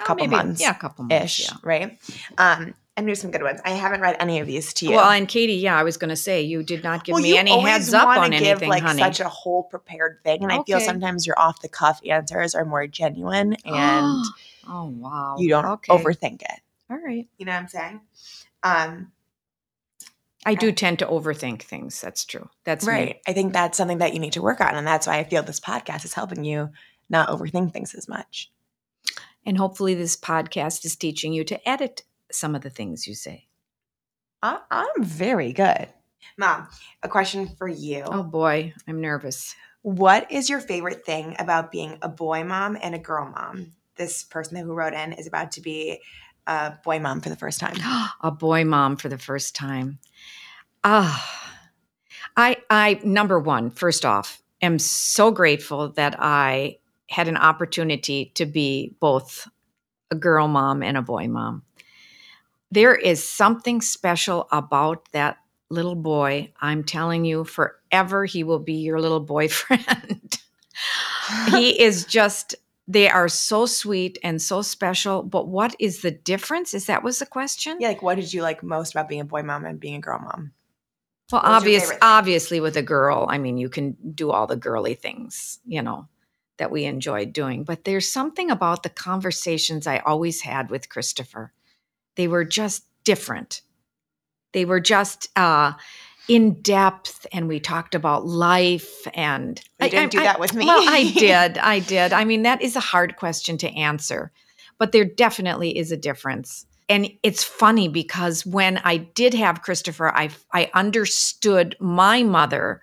Speaker 1: Oh,
Speaker 2: Couple months.
Speaker 1: Yeah, a couple months.
Speaker 2: ish,
Speaker 1: Yeah.
Speaker 2: right? Um. And here's some good ones. I haven't read any of these to you.
Speaker 1: Well, and Katie, yeah, I was going to say you did not give
Speaker 2: Well,
Speaker 1: me
Speaker 2: you
Speaker 1: any
Speaker 2: always
Speaker 1: heads up
Speaker 2: wanna
Speaker 1: on
Speaker 2: give,
Speaker 1: anything,
Speaker 2: like
Speaker 1: honey.
Speaker 2: such a whole prepared thing, and I feel
Speaker 1: Okay.
Speaker 2: sometimes your off the cuff answers are more genuine, and
Speaker 1: oh wow,
Speaker 2: you don't
Speaker 1: okay.
Speaker 2: overthink it.
Speaker 1: All right,
Speaker 2: You know what I'm saying? Um,
Speaker 1: I do tend to overthink things. That's true. That's me.
Speaker 2: right. I think that's something that you need to work on, and that's why I feel this podcast is helping you not overthink things as much.
Speaker 1: And hopefully, this podcast is teaching you to edit some of the things you say.
Speaker 2: I- I'm very good, Mom. A question for you:
Speaker 1: Oh boy, I'm nervous.
Speaker 2: What is your favorite thing about being a boy mom and a girl mom? This person who wrote in is about to be a boy mom for the first time.
Speaker 1: a boy mom for the first time. Ah, I, I, number one, first off, am so grateful that I had an opportunity to be both a girl mom and a boy mom. There is something special about that little boy. I'm telling you, forever he will be your little boyfriend. he is just they are so sweet and so special but what is the difference is that was the question
Speaker 2: Yeah, like what did you like most about being a boy mom and being a girl mom?
Speaker 1: well
Speaker 2: what was your
Speaker 1: obvious
Speaker 2: favorite thing?
Speaker 1: obviously with a girl i mean you can do all the girly things you know that we enjoyed doing but there's something about the conversations i always had with christopher they were just different they were just uh in depth and we talked about life and
Speaker 2: You didn't do that with me.
Speaker 1: Well, I did. I did. I mean, that is a hard question to answer, but there definitely is a difference. And it's funny because when I did have Christopher, I I understood my mother,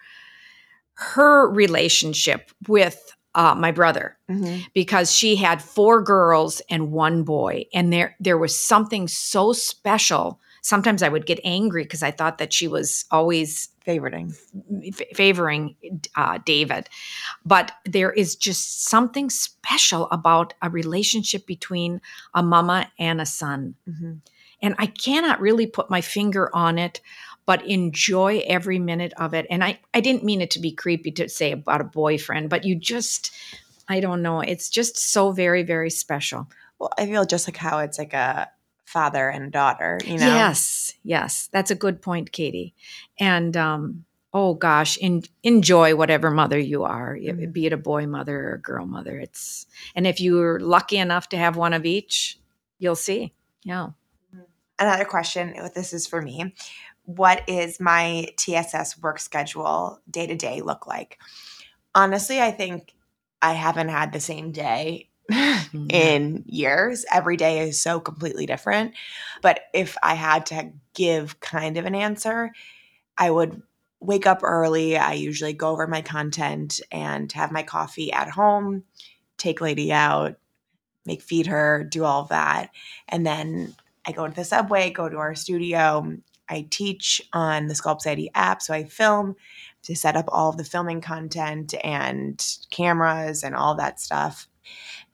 Speaker 1: her relationship with uh, my brother
Speaker 2: Mhm.
Speaker 1: because she had four girls and one boy and there there was something so special sometimes i would get angry because i thought that she was always
Speaker 2: Favoriting.
Speaker 1: f- favoring uh, david but there is just something special about a relationship between a mama and a son
Speaker 2: hmm
Speaker 1: and I cannot really put my finger on it, but enjoy every minute of it. And I, I didn't mean it to be creepy to say about a boyfriend, but you just, I don't know. It's just so very, very special.
Speaker 2: Well, I feel just like how it's like a father and daughter, you know?
Speaker 1: Yes, yes. That's a good point, Katie. And, um, oh gosh, in, enjoy whatever mother you are, y-
Speaker 2: Mhm.
Speaker 1: be it a boy mother or a girl mother. It's, and if you're lucky enough to have one of each, you'll see. Yeah.
Speaker 2: Another question, if this is for me. What is my TSS work schedule day to day look like? Honestly, I think I haven't had the same day in years. Every day is so completely different. But if I had to give kind of an answer, I would wake up early. I usually go over my content and have my coffee at home, take lady out, make feed her, do all of that. And then I go into the subway, go to our studio. I teach on the Sculpt Society app, so I film to set up all of the filming content and cameras and all that stuff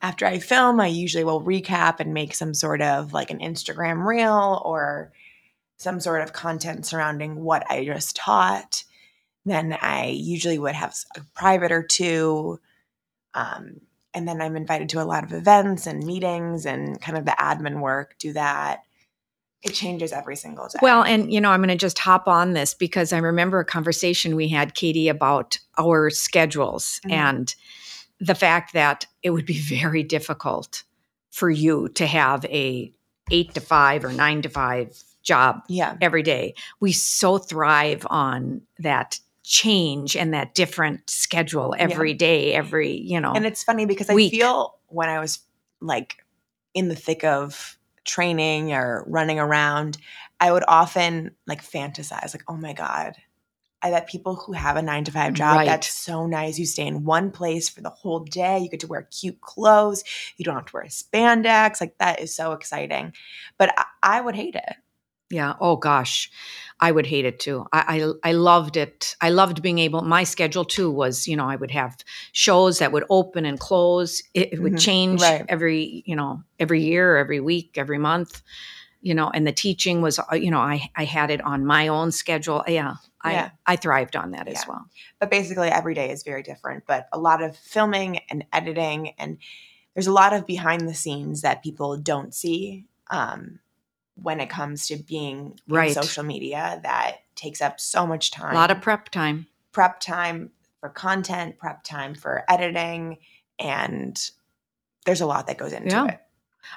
Speaker 2: after I film, I usually will recap and make some sort of like an Instagram reel or some sort of content surrounding what I just taught. Then I usually would have a private or two. Um, and then I'm invited to a lot of events and meetings and kind of the admin work, do that. It changes every single day.
Speaker 1: Well, and you know, I'm going to just hop on this because I remember a conversation we had, Katie, about our schedules
Speaker 2: Mhm.
Speaker 1: and the fact that it would be very difficult for you to have a eight to five or nine to five job
Speaker 2: yeah.
Speaker 1: every day. We so thrive on that change and that different schedule every day, every, you know.
Speaker 2: And it's funny because I
Speaker 1: Week.
Speaker 2: feel when I was like in the thick of training or running around, I would often like fantasize, like, oh my God, I bet people who have a nine to five job,
Speaker 1: Right.
Speaker 2: that's so nice. You stay in one place for the whole day. You get to wear cute clothes. You don't have to wear spandex. Like that is so exciting. But I, I would hate it.
Speaker 1: Yeah. Oh gosh, I would hate it too. I, I I loved it. I loved being able. My schedule too was, you know, I would have shows that would open and close. It, it would
Speaker 2: Mhm.
Speaker 1: change
Speaker 2: Right.
Speaker 1: every, you know, every year, every week, every month. You know, and the teaching was, uh, you know, I I had it on my own schedule. Yeah. I
Speaker 2: Yeah.
Speaker 1: I thrived on that as
Speaker 2: Yeah.
Speaker 1: well.
Speaker 2: But basically, every day is very different. But a lot of filming and editing, and there's a lot of behind the scenes that people don't see um, when it comes to being in
Speaker 1: Right.
Speaker 2: social media that takes up so much time.
Speaker 1: A lot of prep time.
Speaker 2: prep time for content, prep time for editing, and there's a lot that goes into
Speaker 1: Yeah.
Speaker 2: it.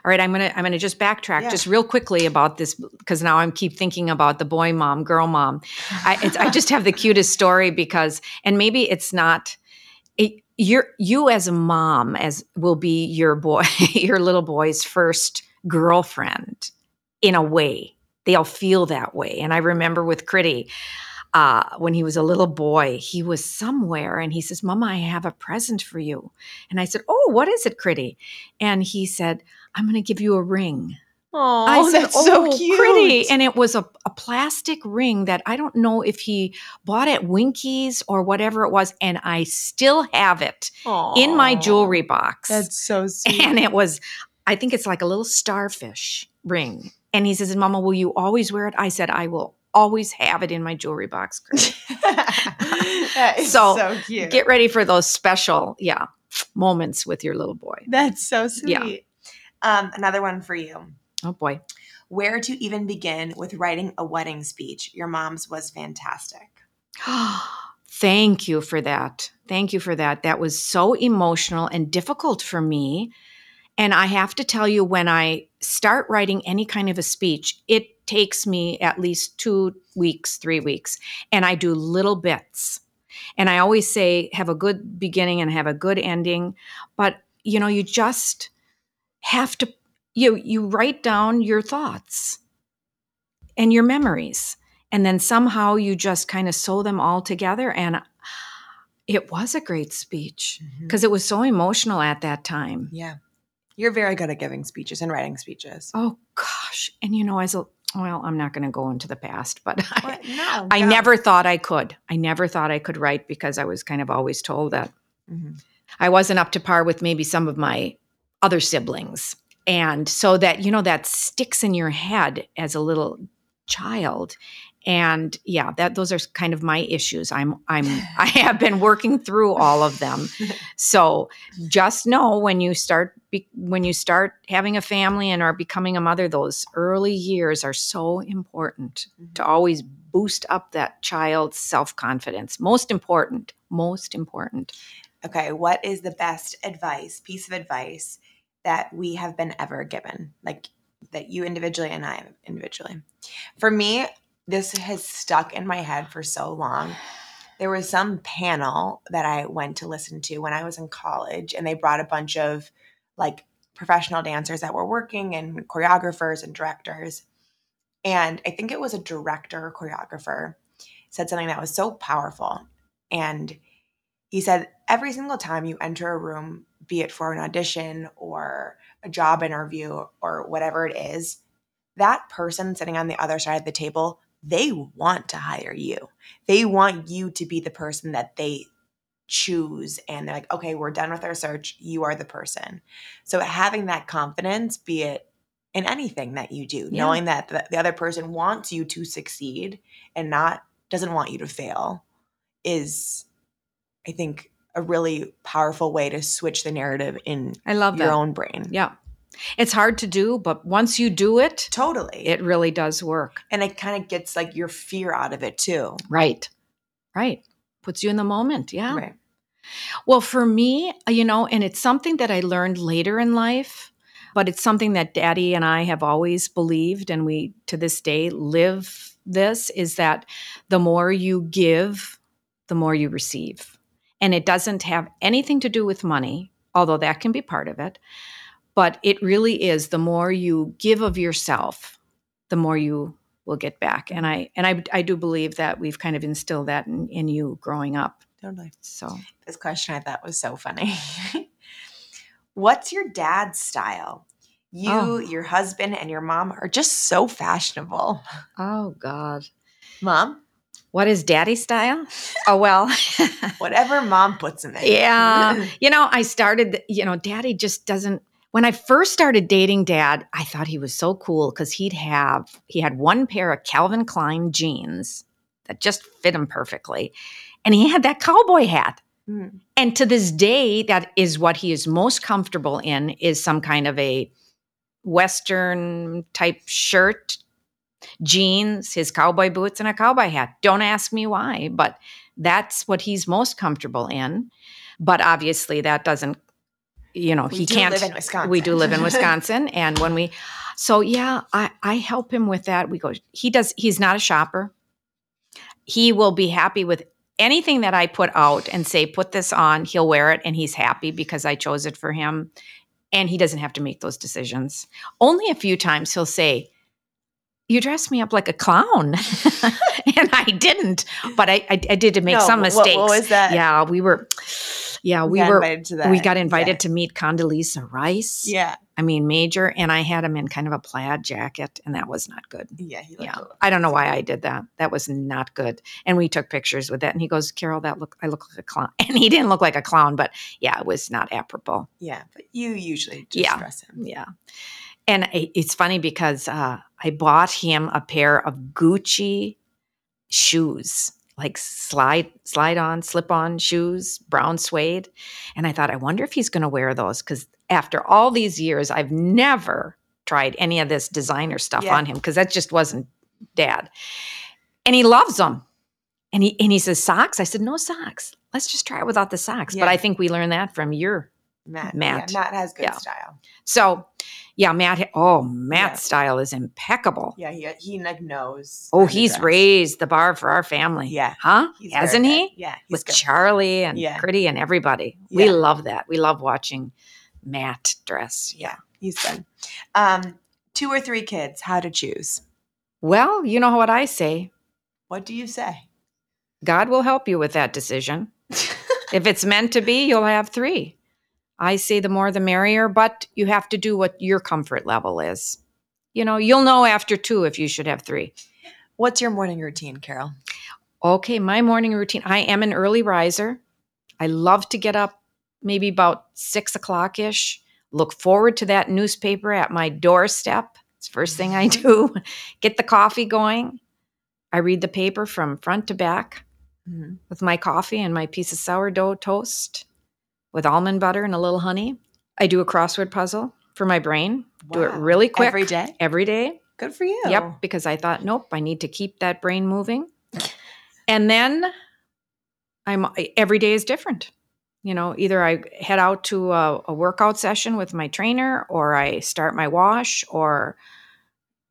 Speaker 1: All right, I'm gonna I'm gonna just backtrack
Speaker 2: Yeah.
Speaker 1: just real quickly about this because now I'm keep thinking about the boy mom, girl mom. I, it's, I just have the cutest story because, and maybe it's not. It, you're you as a mom as will be your boy, your little boy's first girlfriend, in a way. They'll feel that way. And I remember with Critty, uh, when he was a little boy, he was somewhere and he says, Mama, I have a present for you. And I said, Oh, what is it, Critty? And he said, I'm going to give you a ring.
Speaker 2: Oh,
Speaker 1: I said,
Speaker 2: that's so
Speaker 1: "Oh,
Speaker 2: cute.
Speaker 1: Pretty. And it was a, a plastic ring that I don't know if he bought at Winkies or whatever it was. And I still have it in my
Speaker 2: Aw,
Speaker 1: jewelry box.
Speaker 2: That's so sweet.
Speaker 1: and it was, I think it's like a little starfish ring. And he says, Mama, will you always wear it? I said, I will always have it in my jewelry box. Chris."
Speaker 2: that is so,
Speaker 1: So,
Speaker 2: cute.
Speaker 1: Get ready for those special, yeah, moments with your little boy.
Speaker 2: that's so sweet.
Speaker 1: Yeah.
Speaker 2: Um, another one for you.
Speaker 1: Oh boy.
Speaker 2: Where to even begin with writing a wedding speech? Your mom's was fantastic.
Speaker 1: Thank you for that. Thank you for that. That was so emotional and difficult for me. And I have to tell you, when I start writing any kind of a speech, it takes me at least two weeks, three weeks, and I do little bits. And I always say, have a good beginning and have a good ending. But, you know, you just have to, you, you write down your thoughts and your memories. And then somehow you just kind of sew them all together. And it was a great speech because it was so emotional at that time.
Speaker 2: Yeah. You're very good at giving speeches and writing speeches.
Speaker 1: Oh gosh. And you know, as a well, I'm not going to go into the past, but I,
Speaker 2: What? No.
Speaker 1: I
Speaker 2: no.
Speaker 1: never thought I could. I never thought I could write because I was kind of always told that
Speaker 2: Mhm.
Speaker 1: I wasn't up to par with maybe some of my other siblings. And so that, you know, that sticks in your head as a little child. And yeah, that those are kind of my issues. I'm I'm I have been working through all of them. So just know when you start be, when you start having a family and are becoming a mother, those early years are so important to always boost up that child's self-confidence. Most important, most important.
Speaker 2: Okay, what is the best advice, piece of advice that we have been ever given? Like that you individually and I individually. For me, this has stuck in my head for so long. There was some panel that I went to listen to when I was in college, and they brought a bunch of like professional dancers that were working and choreographers and directors. And I think it was a director or choreographer said something that was so powerful. And he said every single time you enter a room be it for an audition or a job interview or whatever it is that person sitting on the other side of the table they want to hire you they want you to be the person that they choose and they're like okay we're done with our search you are the person so having that confidence be it in anything that you do
Speaker 1: Yeah.
Speaker 2: knowing that the, the other person wants you to succeed and not doesn't want you to fail is I think, a really powerful way to switch the narrative in
Speaker 1: I love
Speaker 2: your
Speaker 1: that.
Speaker 2: own brain.
Speaker 1: Yeah. It's hard to do, but once you do it,
Speaker 2: Totally.
Speaker 1: it really does work.
Speaker 2: and it kind of gets like your fear out of it too.
Speaker 1: Right. Right. Puts you in the moment. Yeah.
Speaker 2: Right.
Speaker 1: Well, for me, you know, and it's something that I learned later in life, but it's something that daddy and I have always believed, and we to this day live this is that the more you give, the more you receive. And it doesn't have anything to do with money, although that can be part of it. But it really is the more you give of yourself, the more you will get back. And I and I I do believe that we've kind of instilled that in, in you growing up.
Speaker 2: Totally.
Speaker 1: So
Speaker 2: This question I thought was so funny. What's your dad's style? You,
Speaker 1: Oh.
Speaker 2: your husband, and your mom are just so fashionable.
Speaker 1: oh God.
Speaker 2: Mom,
Speaker 1: What is daddy style? Oh well.
Speaker 2: whatever mom puts him in.
Speaker 1: Yeah. you know, I started, you know, daddy just doesn't. When I first started dating dad, I thought he was so cool because he'd have, he had one pair of Calvin Klein jeans that just fit him perfectly. And he had that cowboy hat.
Speaker 2: Mm.
Speaker 1: And to this day, that is what he is most comfortable in is some kind of a Western type shirt, jeans, his cowboy boots, and a cowboy hat. Don't ask me why, but that's what he's most comfortable in. But obviously, that doesn't, you know,
Speaker 2: We
Speaker 1: he
Speaker 2: do
Speaker 1: can't.
Speaker 2: live in Wisconsin.
Speaker 1: We do live in Wisconsin, and when we, so yeah, I I help him with that. We go. He does. He's not a shopper. He will be happy with anything that I put out and say, put this on. He'll wear it, and he's happy because I chose it for him, and he doesn't have to make those decisions. Only a few times he'll say. You dressed me up like a clown, and I didn't. But I, I, I did make
Speaker 2: No,
Speaker 1: some
Speaker 2: what- what-
Speaker 1: mistakes.
Speaker 2: What was that?
Speaker 1: yeah, we were. Yeah, we
Speaker 2: got
Speaker 1: were.
Speaker 2: invited to that.
Speaker 1: We got invited to meet Condoleezza Rice.
Speaker 2: Yeah.
Speaker 1: I mean, major. And I had him in kind of a plaid jacket, and that was not good.
Speaker 2: Yeah. He looked
Speaker 1: Yeah.
Speaker 2: a little-
Speaker 1: I don't know why I did that. That was not good. And we took pictures with that. And he goes, Carol, that look, I look like a clown. And he didn't look like a clown, but yeah, it was not apropos.
Speaker 2: Yeah. But you usually just
Speaker 1: Yeah.
Speaker 2: dress him.
Speaker 1: Yeah. And i- it's funny because uh, I bought him a pair of Gucci shoes, like slide slide on, slip on shoes, brown suede. And I thought, I wonder if he's going to wear those because after all these years, I've never tried any of this designer stuff
Speaker 2: Yeah.
Speaker 1: on him because that just wasn't dad. And he loves them. And he and he says socks. I said no socks. Let's just try it without the socks. But
Speaker 2: Yeah.
Speaker 1: I think we learned that from your
Speaker 2: Matt.
Speaker 1: Matt.
Speaker 2: Yeah, Matt has good
Speaker 1: Yeah.
Speaker 2: style.
Speaker 1: so, yeah, Matt. Oh, Matt's
Speaker 2: Yeah.
Speaker 1: style is impeccable.
Speaker 2: Yeah. He, he like knows.
Speaker 1: Oh,
Speaker 2: how to
Speaker 1: he's
Speaker 2: dress.
Speaker 1: raised the bar for our family.
Speaker 2: Yeah.
Speaker 1: Huh?
Speaker 2: He's very
Speaker 1: Hasn't
Speaker 2: good.
Speaker 1: he?
Speaker 2: Yeah. He's
Speaker 1: With
Speaker 2: good.
Speaker 1: Charlie and
Speaker 2: Yeah.
Speaker 1: Pretty and everybody. We
Speaker 2: Yeah.
Speaker 1: love that. We love watching Matt dress.
Speaker 2: yeah. He's good. Um, two or three kids, how to choose.
Speaker 1: Well, you know what I say?
Speaker 2: What do you say?
Speaker 1: God will help you with that decision. if it's meant to be, you'll have three. I say the more the merrier, but you have to do what your comfort level is. You know, you'll know after two if you should have three.
Speaker 2: What's your morning routine, Carol?
Speaker 1: Okay, my morning routine. I am an early riser. I love to get up maybe about six o'clock ish. Look forward to that newspaper at my doorstep. It's the first thing I
Speaker 2: Mm-hmm.
Speaker 1: do. Get the coffee going. I read the paper from front to back
Speaker 2: Mm-hmm.
Speaker 1: with my coffee and my piece of sourdough toast with almond butter and a little honey. I do a crossword puzzle for my brain. Do it really quick
Speaker 2: Every day.
Speaker 1: every day.
Speaker 2: Good for you.
Speaker 1: Yep, because I thought, nope, I need to keep that brain moving. and then I'm every day is different. You know, either I head out to a, a workout session with my trainer, or I start my wash, or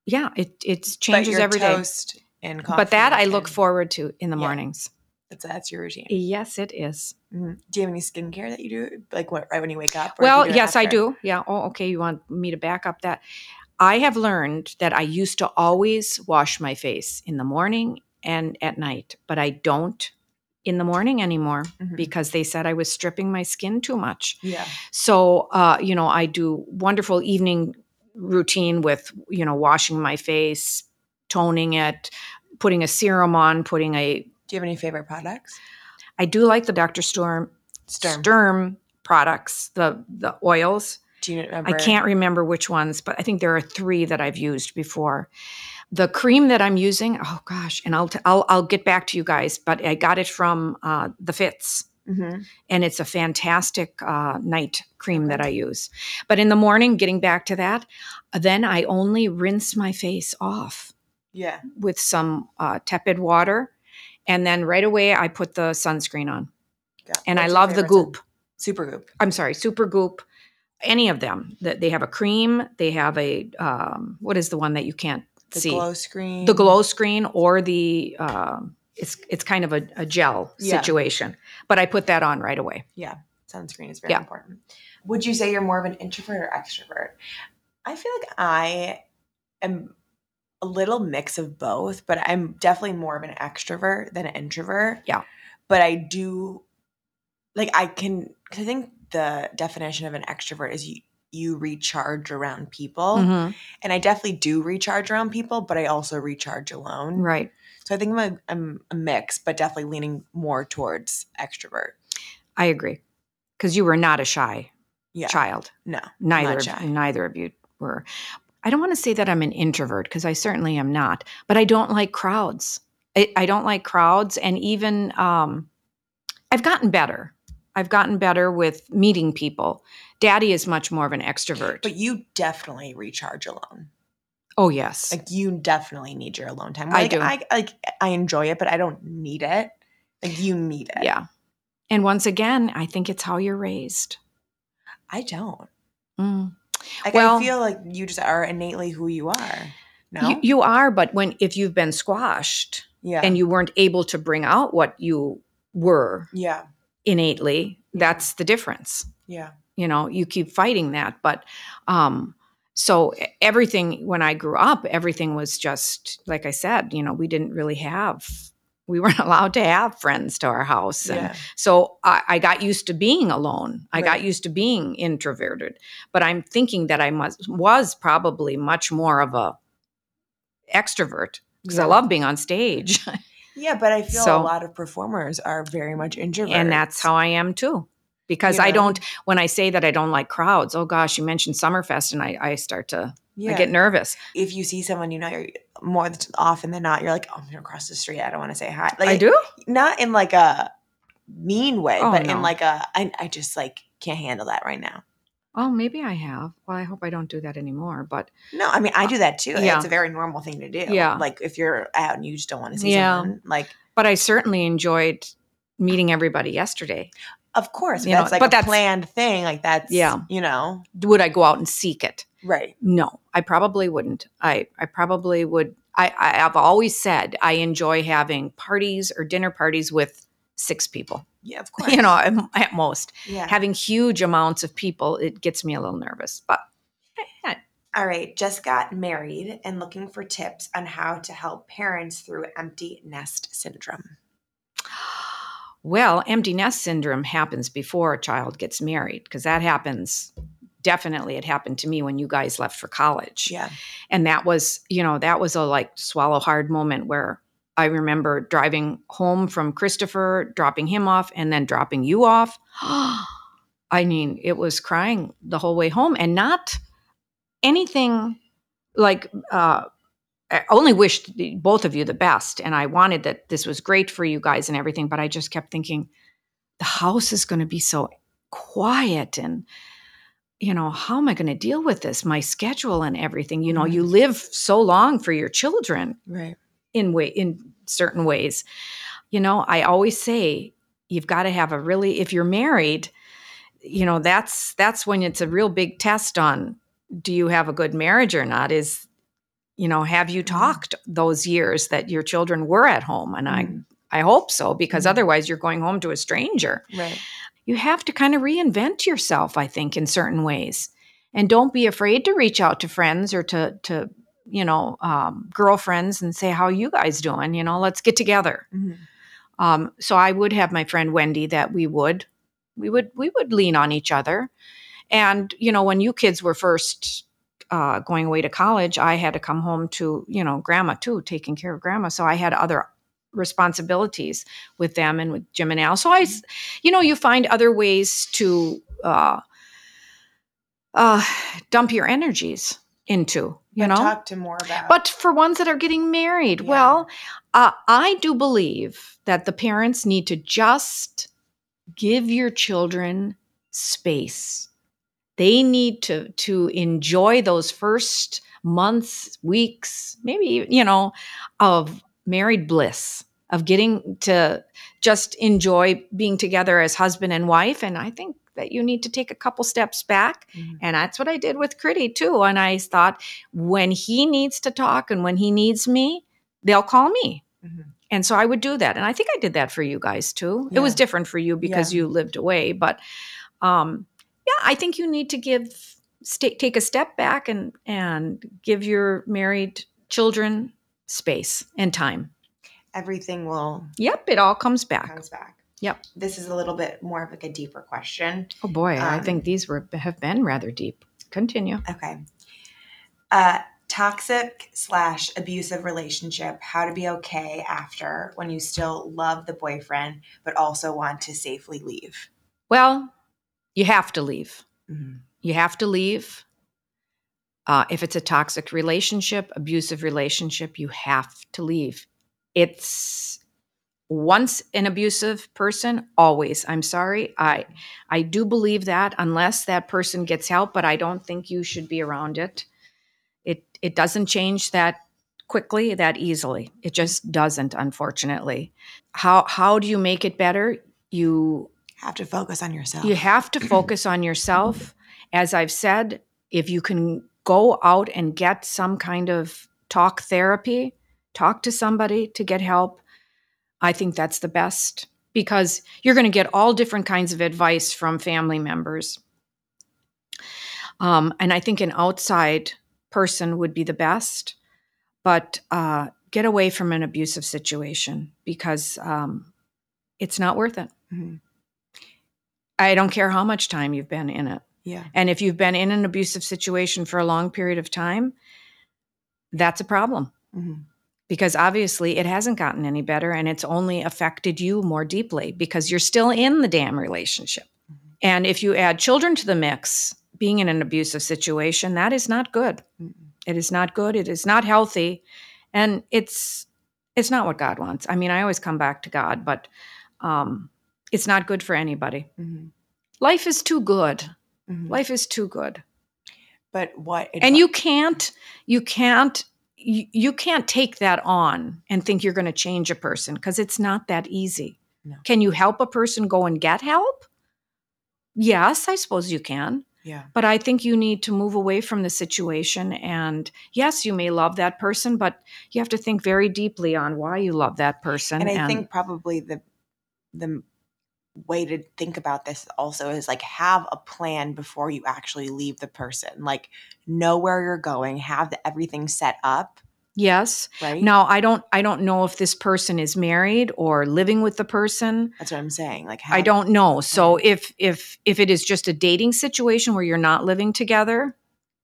Speaker 1: yeah, it it changes
Speaker 2: but your
Speaker 1: every day.
Speaker 2: toast And coffee
Speaker 1: But that I look
Speaker 2: and-
Speaker 1: forward to in the
Speaker 2: Yeah.
Speaker 1: mornings.
Speaker 2: That's, that's your routine.
Speaker 1: Yes, it is.
Speaker 2: Mhm. Do you have any skincare that you do, like what, right when you wake up? or do you
Speaker 1: Well,
Speaker 2: do it
Speaker 1: yes, I
Speaker 2: after?
Speaker 1: do. Yeah. Oh, okay. You want me to back up that? I have learned that I used to always wash my face in the morning and at night, but I don't in the morning anymore
Speaker 2: Mhm.
Speaker 1: because they said I was stripping my skin too much.
Speaker 2: Yeah.
Speaker 1: So, uh, you know, I do wonderful evening routine with, you know, washing my face, toning it, putting a serum on, putting a
Speaker 2: Do you have any favorite products?
Speaker 1: I do like the Dr. Storm
Speaker 2: Sturm.
Speaker 1: Sturm products, the the oils.
Speaker 2: Do you
Speaker 1: I
Speaker 2: remember?
Speaker 1: can't remember which ones, but I think there are three that I've used before. The cream that I'm using, oh gosh, and I'll t- I'll, I'll get back to you guys, but I got it from uh, the Fitz,
Speaker 2: Mhm.
Speaker 1: and it's a fantastic uh, night cream that I use. But in the morning, getting back to that, then I only rinse my face off
Speaker 2: Yeah.
Speaker 1: with some uh, tepid water, and then right away I put the sunscreen on,
Speaker 2: yeah.
Speaker 1: and I
Speaker 2: What's your
Speaker 1: love the
Speaker 2: favorite scent?
Speaker 1: Goop.
Speaker 2: Super Goop.
Speaker 1: I'm sorry, Super Goop, any of them. That they have a cream, they have a um, what is the one that you can't
Speaker 2: The
Speaker 1: see?
Speaker 2: glow screen.
Speaker 1: The glow screen or the um, it's it's kind of a, a gel
Speaker 2: Yeah.
Speaker 1: situation. But I put that on right away.
Speaker 2: sunscreen is very
Speaker 1: Yeah.
Speaker 2: important. Would you say you're more of an introvert or extrovert? I feel like I am a little mix of both, but I'm definitely more of an extrovert than an introvert.
Speaker 1: Yeah.
Speaker 2: But I do like I can cause I think the definition of an extrovert is you you recharge around people.
Speaker 1: Mhm.
Speaker 2: And I definitely do recharge around people, but I also recharge alone.
Speaker 1: Right.
Speaker 2: So I think I'm a, I'm a mix, but definitely leaning more towards extrovert.
Speaker 1: I agree. Because you were not a shy
Speaker 2: Yeah.
Speaker 1: child.
Speaker 2: No.
Speaker 1: Neither
Speaker 2: not
Speaker 1: of-
Speaker 2: shy.
Speaker 1: neither of you were. I don't want to say that I'm an introvert because I certainly am not, but I don't like crowds. I, I don't like crowds, and even um, I've gotten better. I've gotten better with meeting people. Daddy is much more of an extrovert.
Speaker 2: But you definitely recharge alone.
Speaker 1: oh yes,
Speaker 2: Like you definitely need your alone time.
Speaker 1: I
Speaker 2: Like,
Speaker 1: do.
Speaker 2: I like I enjoy it, but I don't need it. Like you need it.
Speaker 1: yeah. And once again, I think it's how you're raised.
Speaker 2: I don't.
Speaker 1: Mm.
Speaker 2: Like
Speaker 1: Well-
Speaker 2: I feel like you just are innately who you are. No.
Speaker 1: You, you are, but when if you've been squashed
Speaker 2: yeah.
Speaker 1: and you weren't able to bring out what you were
Speaker 2: yeah.
Speaker 1: innately, that's the difference.
Speaker 2: Yeah.
Speaker 1: you know you keep fighting that but um so e- everything when i grew up everything was just like i said you know we didn't really have we weren't allowed to have friends to our house and
Speaker 2: Yeah.
Speaker 1: so I, I got used to being alone i got
Speaker 2: Right.
Speaker 1: used to being introverted but i'm thinking that i must was probably much more of a extrovert because
Speaker 2: yeah.
Speaker 1: i love being on stage
Speaker 2: Yeah, but I feel
Speaker 1: So-
Speaker 2: a lot of performers are very much introverts.
Speaker 1: and that's how I am too. Because
Speaker 2: You
Speaker 1: I
Speaker 2: know?
Speaker 1: don't, when I say that I don't like crowds, oh gosh, you mentioned Summerfest and I, I start to
Speaker 2: yeah.
Speaker 1: I get nervous.
Speaker 2: if you see someone you know you're more th- often than not, you're like, Oh, I'm gonna cross the street, I don't wanna say hi. Like
Speaker 1: I do.
Speaker 2: not in like a mean way,
Speaker 1: Oh,
Speaker 2: but
Speaker 1: no.
Speaker 2: in like a I, I just like can't handle that right now.
Speaker 1: Oh, maybe I have. Well, I hope I don't do that anymore. But
Speaker 2: No, I mean I do that too.
Speaker 1: Uh, Yeah.
Speaker 2: It's a very normal thing to do.
Speaker 1: Yeah.
Speaker 2: Like if you're out and you just don't want to see
Speaker 1: Yeah.
Speaker 2: someone, like
Speaker 1: but I certainly enjoyed meeting everybody yesterday.
Speaker 2: of course,
Speaker 1: You know,
Speaker 2: that's like
Speaker 1: but
Speaker 2: a
Speaker 1: that's-
Speaker 2: planned thing. Like that's
Speaker 1: Yeah.
Speaker 2: you know,
Speaker 1: Would I go out and seek it?
Speaker 2: right.
Speaker 1: No, I probably wouldn't. I I probably would. I, I I've always said I enjoy having parties or dinner parties with six people.
Speaker 2: Yeah, of course.
Speaker 1: You know, at, at most.
Speaker 2: Yeah.
Speaker 1: having huge amounts of people, it gets me a little nervous. But
Speaker 2: All right. Just got married and looking for tips on how to help parents through empty nest syndrome.
Speaker 1: well, empty nest syndrome happens before a child gets married because that happens. Definitely, it happened to me when you guys left for college.
Speaker 2: Yeah.
Speaker 1: And that was, you know, that was a like swallow hard moment where I remember driving home from Christopher, dropping him off, and then dropping you off. I mean, it was crying the whole way home and not anything like, uh, I only wished the- both of you the best. And I wanted that this was great for you guys and everything. But I just kept thinking, the house is going to be so quiet and you know how am i going to deal with this my schedule and everything you know
Speaker 2: Mhm.
Speaker 1: you live so long for your children
Speaker 2: Right.
Speaker 1: in way in certain ways you know i always say you've got to have a really if you're married you know that's that's when it's a real big test on do you have a good marriage or not is you know have you
Speaker 2: Mhm.
Speaker 1: talked those years that your children were at home and
Speaker 2: Mhm.
Speaker 1: i i hope so because
Speaker 2: Mhm.
Speaker 1: otherwise you're going home to a stranger
Speaker 2: Right.
Speaker 1: you have to kind of reinvent yourself i think in certain ways and don't be afraid to reach out to friends or to to you know um, girlfriends and say how you guys doing you know let's get together
Speaker 2: Mhm.
Speaker 1: um, so i would have my friend wendy that we would we would we would lean on each other and you know when you kids were first uh, going away to college i had to come home to you know grandma too taking care of grandma so i had other responsibilities with them and with jim and al so i s- you know you find other ways to uh, uh, dump your energies into you
Speaker 2: But
Speaker 1: know
Speaker 2: talk to more about.
Speaker 1: but for ones that are getting married,
Speaker 2: Yeah.
Speaker 1: well, uh, I do believe that the parents need to just give your children space. They need to to enjoy those first months, weeks, maybe you know, of married bliss, of getting to just enjoy being together as husband and wife. And I think that you need to take a couple steps back
Speaker 2: Mhm.
Speaker 1: and that's what I did with Critty too. And I thought, when he needs to talk and when he needs me, they'll call me.
Speaker 2: Mhm.
Speaker 1: And so I would do that. And I think I did that for you guys too. It was
Speaker 2: Yeah.
Speaker 1: different for you because you lived away. But um, yeah, I think you need to give sta take a step back and and give your married children, space, and time.
Speaker 2: Everything will
Speaker 1: Yep, it all comes back.
Speaker 2: comes back.
Speaker 1: Yep.
Speaker 2: This is a little bit more of like a deeper question.
Speaker 1: Oh boy, I
Speaker 2: Um,
Speaker 1: think these were have been rather deep. Continue.
Speaker 2: Okay. Uh, toxic slash abusive relationship. How to be okay after when you still love the boyfriend but also want to safely leave. Mm-hmm.
Speaker 1: Well, you have to leave. You have to leave. Uh, if it's a toxic relationship, abusive relationship, you have to leave. It's once an abusive person, always. I'm sorry. I I do believe that unless that person gets help, but I don't think you should be around it. It it doesn't change that quickly, that easily. It just doesn't, unfortunately. How how do you make it better? You
Speaker 2: Have to focus on yourself.
Speaker 1: you have to focus on yourself. As I've said, if you can go out and get some kind of talk therapy, talk to somebody to get help, I think that's the best because you're going to get all different kinds of advice from family members. Um, and I think an outside person would be the best, but uh, get away from an abusive situation because um, it's not worth it.
Speaker 2: Mhm.
Speaker 1: I don't care how much time you've been in it.
Speaker 2: Yeah.
Speaker 1: And if you've been in an abusive situation for a long period of time, that's a problem
Speaker 2: Mhm.
Speaker 1: because obviously it hasn't gotten any better and it's only affected you more deeply because you're still in the damn relationship.
Speaker 2: Mhm.
Speaker 1: And if you add children to the mix, being in an abusive situation, that is not good.
Speaker 2: Mhm.
Speaker 1: It is not good. It is not healthy. And it's it's not what God wants. I mean, I always come back to God, but um it's not good for anybody.
Speaker 2: Mhm.
Speaker 1: Life is too good.
Speaker 2: Mhm.
Speaker 1: Life is too good.
Speaker 2: But what?
Speaker 1: And you can't you can't you, you can't take that on and think you're going to change a person because it's not that easy.
Speaker 2: No.
Speaker 1: Can you help a person go and get help? Yes, I suppose you can.
Speaker 2: Yeah.
Speaker 1: But I think you need to move away from the situation. And yes, you may love that person, but you have to think very deeply on why you love that person.
Speaker 2: and I think probably the the way to think about this also is like have a plan before you actually leave the person. Like know where you're going, have the, everything set up,
Speaker 1: yes.
Speaker 2: right?
Speaker 1: Now I don't I don't know if this person is married or living with the person.
Speaker 2: that's what I'm saying. Like have,
Speaker 1: I don't know. So if if if it is just a dating situation where you're not living together,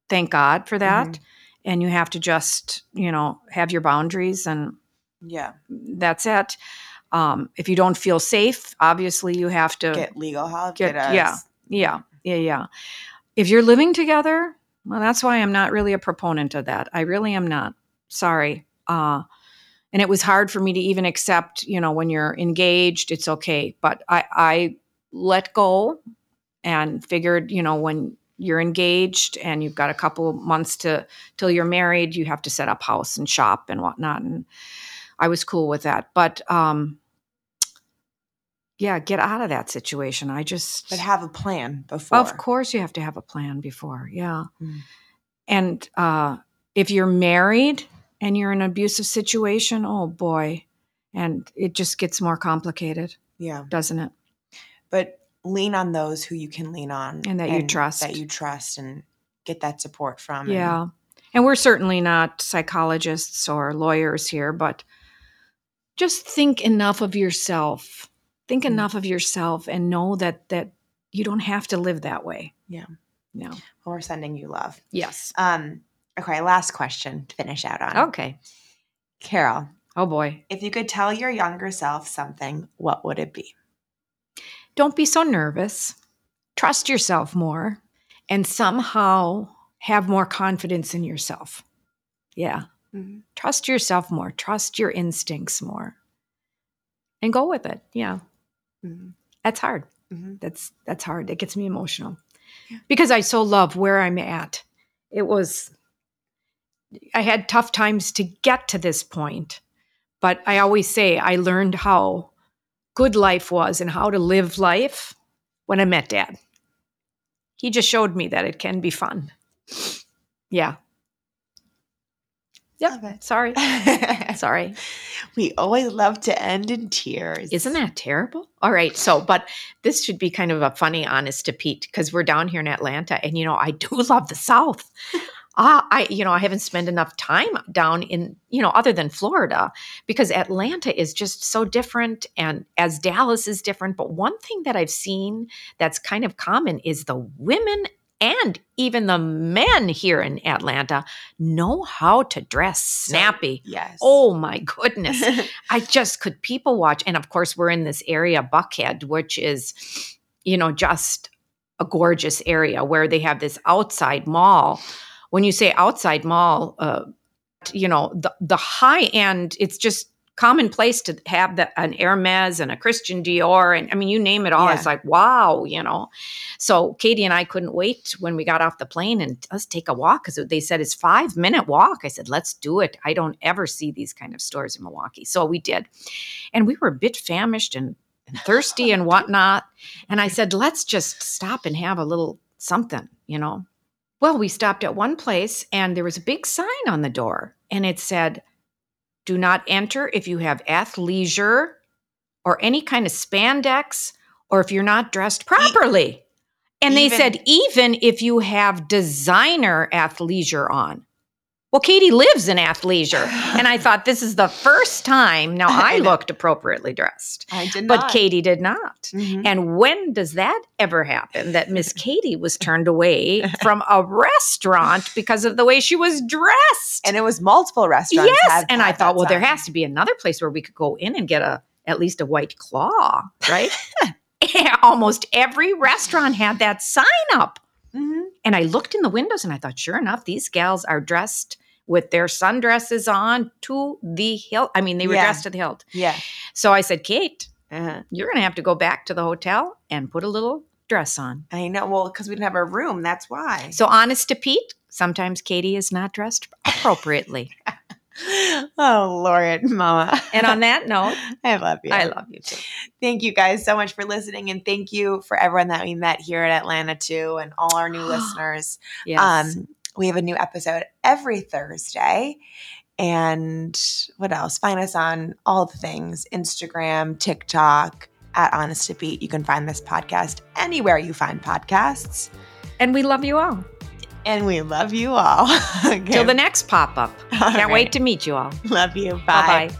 Speaker 1: thank God for that.
Speaker 2: Mhm.
Speaker 1: And you have to just, you know, have your boundaries and
Speaker 2: Yeah,
Speaker 1: that's it. Um, if you don't feel safe, obviously you have to
Speaker 2: get legal help.
Speaker 1: Uh, Get-
Speaker 2: Get, a,
Speaker 1: yeah. yeah, yeah, yeah. If you're living together, well, that's why I'm not really a proponent of that. I really am not. Sorry. Uh, and it was hard for me to even accept, you know, when you're engaged, it's okay. But I, I let go and figured, you know, when you're engaged and you've got a couple months to till you're married, you have to set up house and shop and whatnot. And I was cool with that. But um, yeah, get out of that situation. I just
Speaker 2: But have a plan before.
Speaker 1: of course, you have to have a plan before. Yeah.
Speaker 2: Mm.
Speaker 1: And uh, if you're married and you're in an abusive situation, oh boy. And it just gets more complicated,
Speaker 2: Yeah,
Speaker 1: doesn't it?
Speaker 2: but lean on those who you can lean on
Speaker 1: And that you trust.
Speaker 2: that you trust, and get that support from. and-
Speaker 1: Yeah. And we're certainly not psychologists or lawyers here, but just think enough of yourself. Think
Speaker 2: Mm.
Speaker 1: enough of yourself and know that that you don't have to live that way.
Speaker 2: Yeah.
Speaker 1: No.
Speaker 2: we're sending you love.
Speaker 1: Yes.
Speaker 2: Um. Okay, last question to finish out on.
Speaker 1: Okay.
Speaker 2: Carol,
Speaker 1: Oh boy.
Speaker 2: If you could tell your younger self something, what would it be?
Speaker 1: don't be so nervous. Trust yourself more and somehow have more confidence in yourself. Yeah. Trust yourself more. Trust your instincts more. And go with it. Yeah. That's hard. That's that's hard. It gets me emotional. Because I so love where I'm at. It was I had tough times to get to this point, but I always say I learned how good life was and how to live life when I met dad. He just showed me that it can be fun. Yeah. Yep.
Speaker 2: Love it.
Speaker 1: Sorry. Sorry.
Speaker 2: we always love to end in tears.
Speaker 1: Isn't that terrible? All right. So, but this should be kind of a funny honest to Pete because we're down here in Atlanta and, you know, I do love the South. ah, I, you know, I haven't spent enough time down in, you know, other than Florida because Atlanta is just so different and as Dallas is different. But one thing that I've seen that's kind of common is the women and even the men here in Atlanta know how to dress snappy.
Speaker 2: Yes.
Speaker 1: Oh my goodness. I just could people watch. And of course, we're in this area, Buckhead, which is, you know, just a gorgeous area where they have this outside mall. When you say outside mall, uh, you know, the, the high end, it's just commonplace to have the, an Hermes and a Christian Dior. And I mean, you name it all.
Speaker 2: Yeah.
Speaker 1: It's like, wow, you know. So Katie and I couldn't wait when we got off the plane and let's take a walk because they said it's five minute walk. I said, let's do it. I don't ever see these kind of stores in Milwaukee. So we did. And we were a bit famished and, and thirsty and whatnot. And I said, let's just stop and have a little something, you know. Well, we stopped at one place and there was a big sign on the door and it said, do not enter if you have athleisure or any kind of spandex or if you're not dressed properly. And they
Speaker 2: E-, Even-
Speaker 1: said, even if you have designer athleisure on. Well, Katie lives in athleisure. And I thought this is the first time. Now I
Speaker 2: I know.
Speaker 1: looked appropriately dressed,
Speaker 2: I did
Speaker 1: but
Speaker 2: not.
Speaker 1: Katie did not.
Speaker 2: Mhm.
Speaker 1: And when does that ever happen that Miss Katie was turned away from a restaurant because of the way she was dressed?
Speaker 2: And it was multiple restaurants.
Speaker 1: Yes,
Speaker 2: had-
Speaker 1: and I
Speaker 2: had
Speaker 1: thought,
Speaker 2: that
Speaker 1: well, there
Speaker 2: sign.
Speaker 1: has to be another place where we could go in and get a at least a white claw, right? Almost every restaurant had that sign up,
Speaker 2: Mhm.
Speaker 1: and I looked in the windows and I thought, sure enough, these gals are dressed with their sundresses on to the hilt. I mean, they were
Speaker 2: Yeah.
Speaker 1: dressed to the hilt.
Speaker 2: Yeah.
Speaker 1: So I said, Kate,
Speaker 2: Uh-huh.
Speaker 1: you're going to have to go back to the hotel and put a little dress on.
Speaker 2: I know. Well, because we didn't have a room. That's why.
Speaker 1: So honest to Pete, sometimes Katie is not dressed appropriately.
Speaker 2: oh, Lord, Mama.
Speaker 1: and on that note,
Speaker 2: I love you.
Speaker 1: Oh. I love you too.
Speaker 2: Thank you guys so much for listening, and thank you for everyone that we met here at Atlanta too, and all our new listeners.
Speaker 1: Yes.
Speaker 2: Um, we have a new episode every Thursday, and what else? Find us on all the things: Instagram, TikTok. At Honest to Beat, you can find this podcast anywhere you find podcasts.
Speaker 1: and we love you all.
Speaker 2: And we love you all. okay.
Speaker 1: Till the next pop up.
Speaker 2: All
Speaker 1: Can't
Speaker 2: right.
Speaker 1: wait to meet you all.
Speaker 2: Love you.
Speaker 1: Bye bye.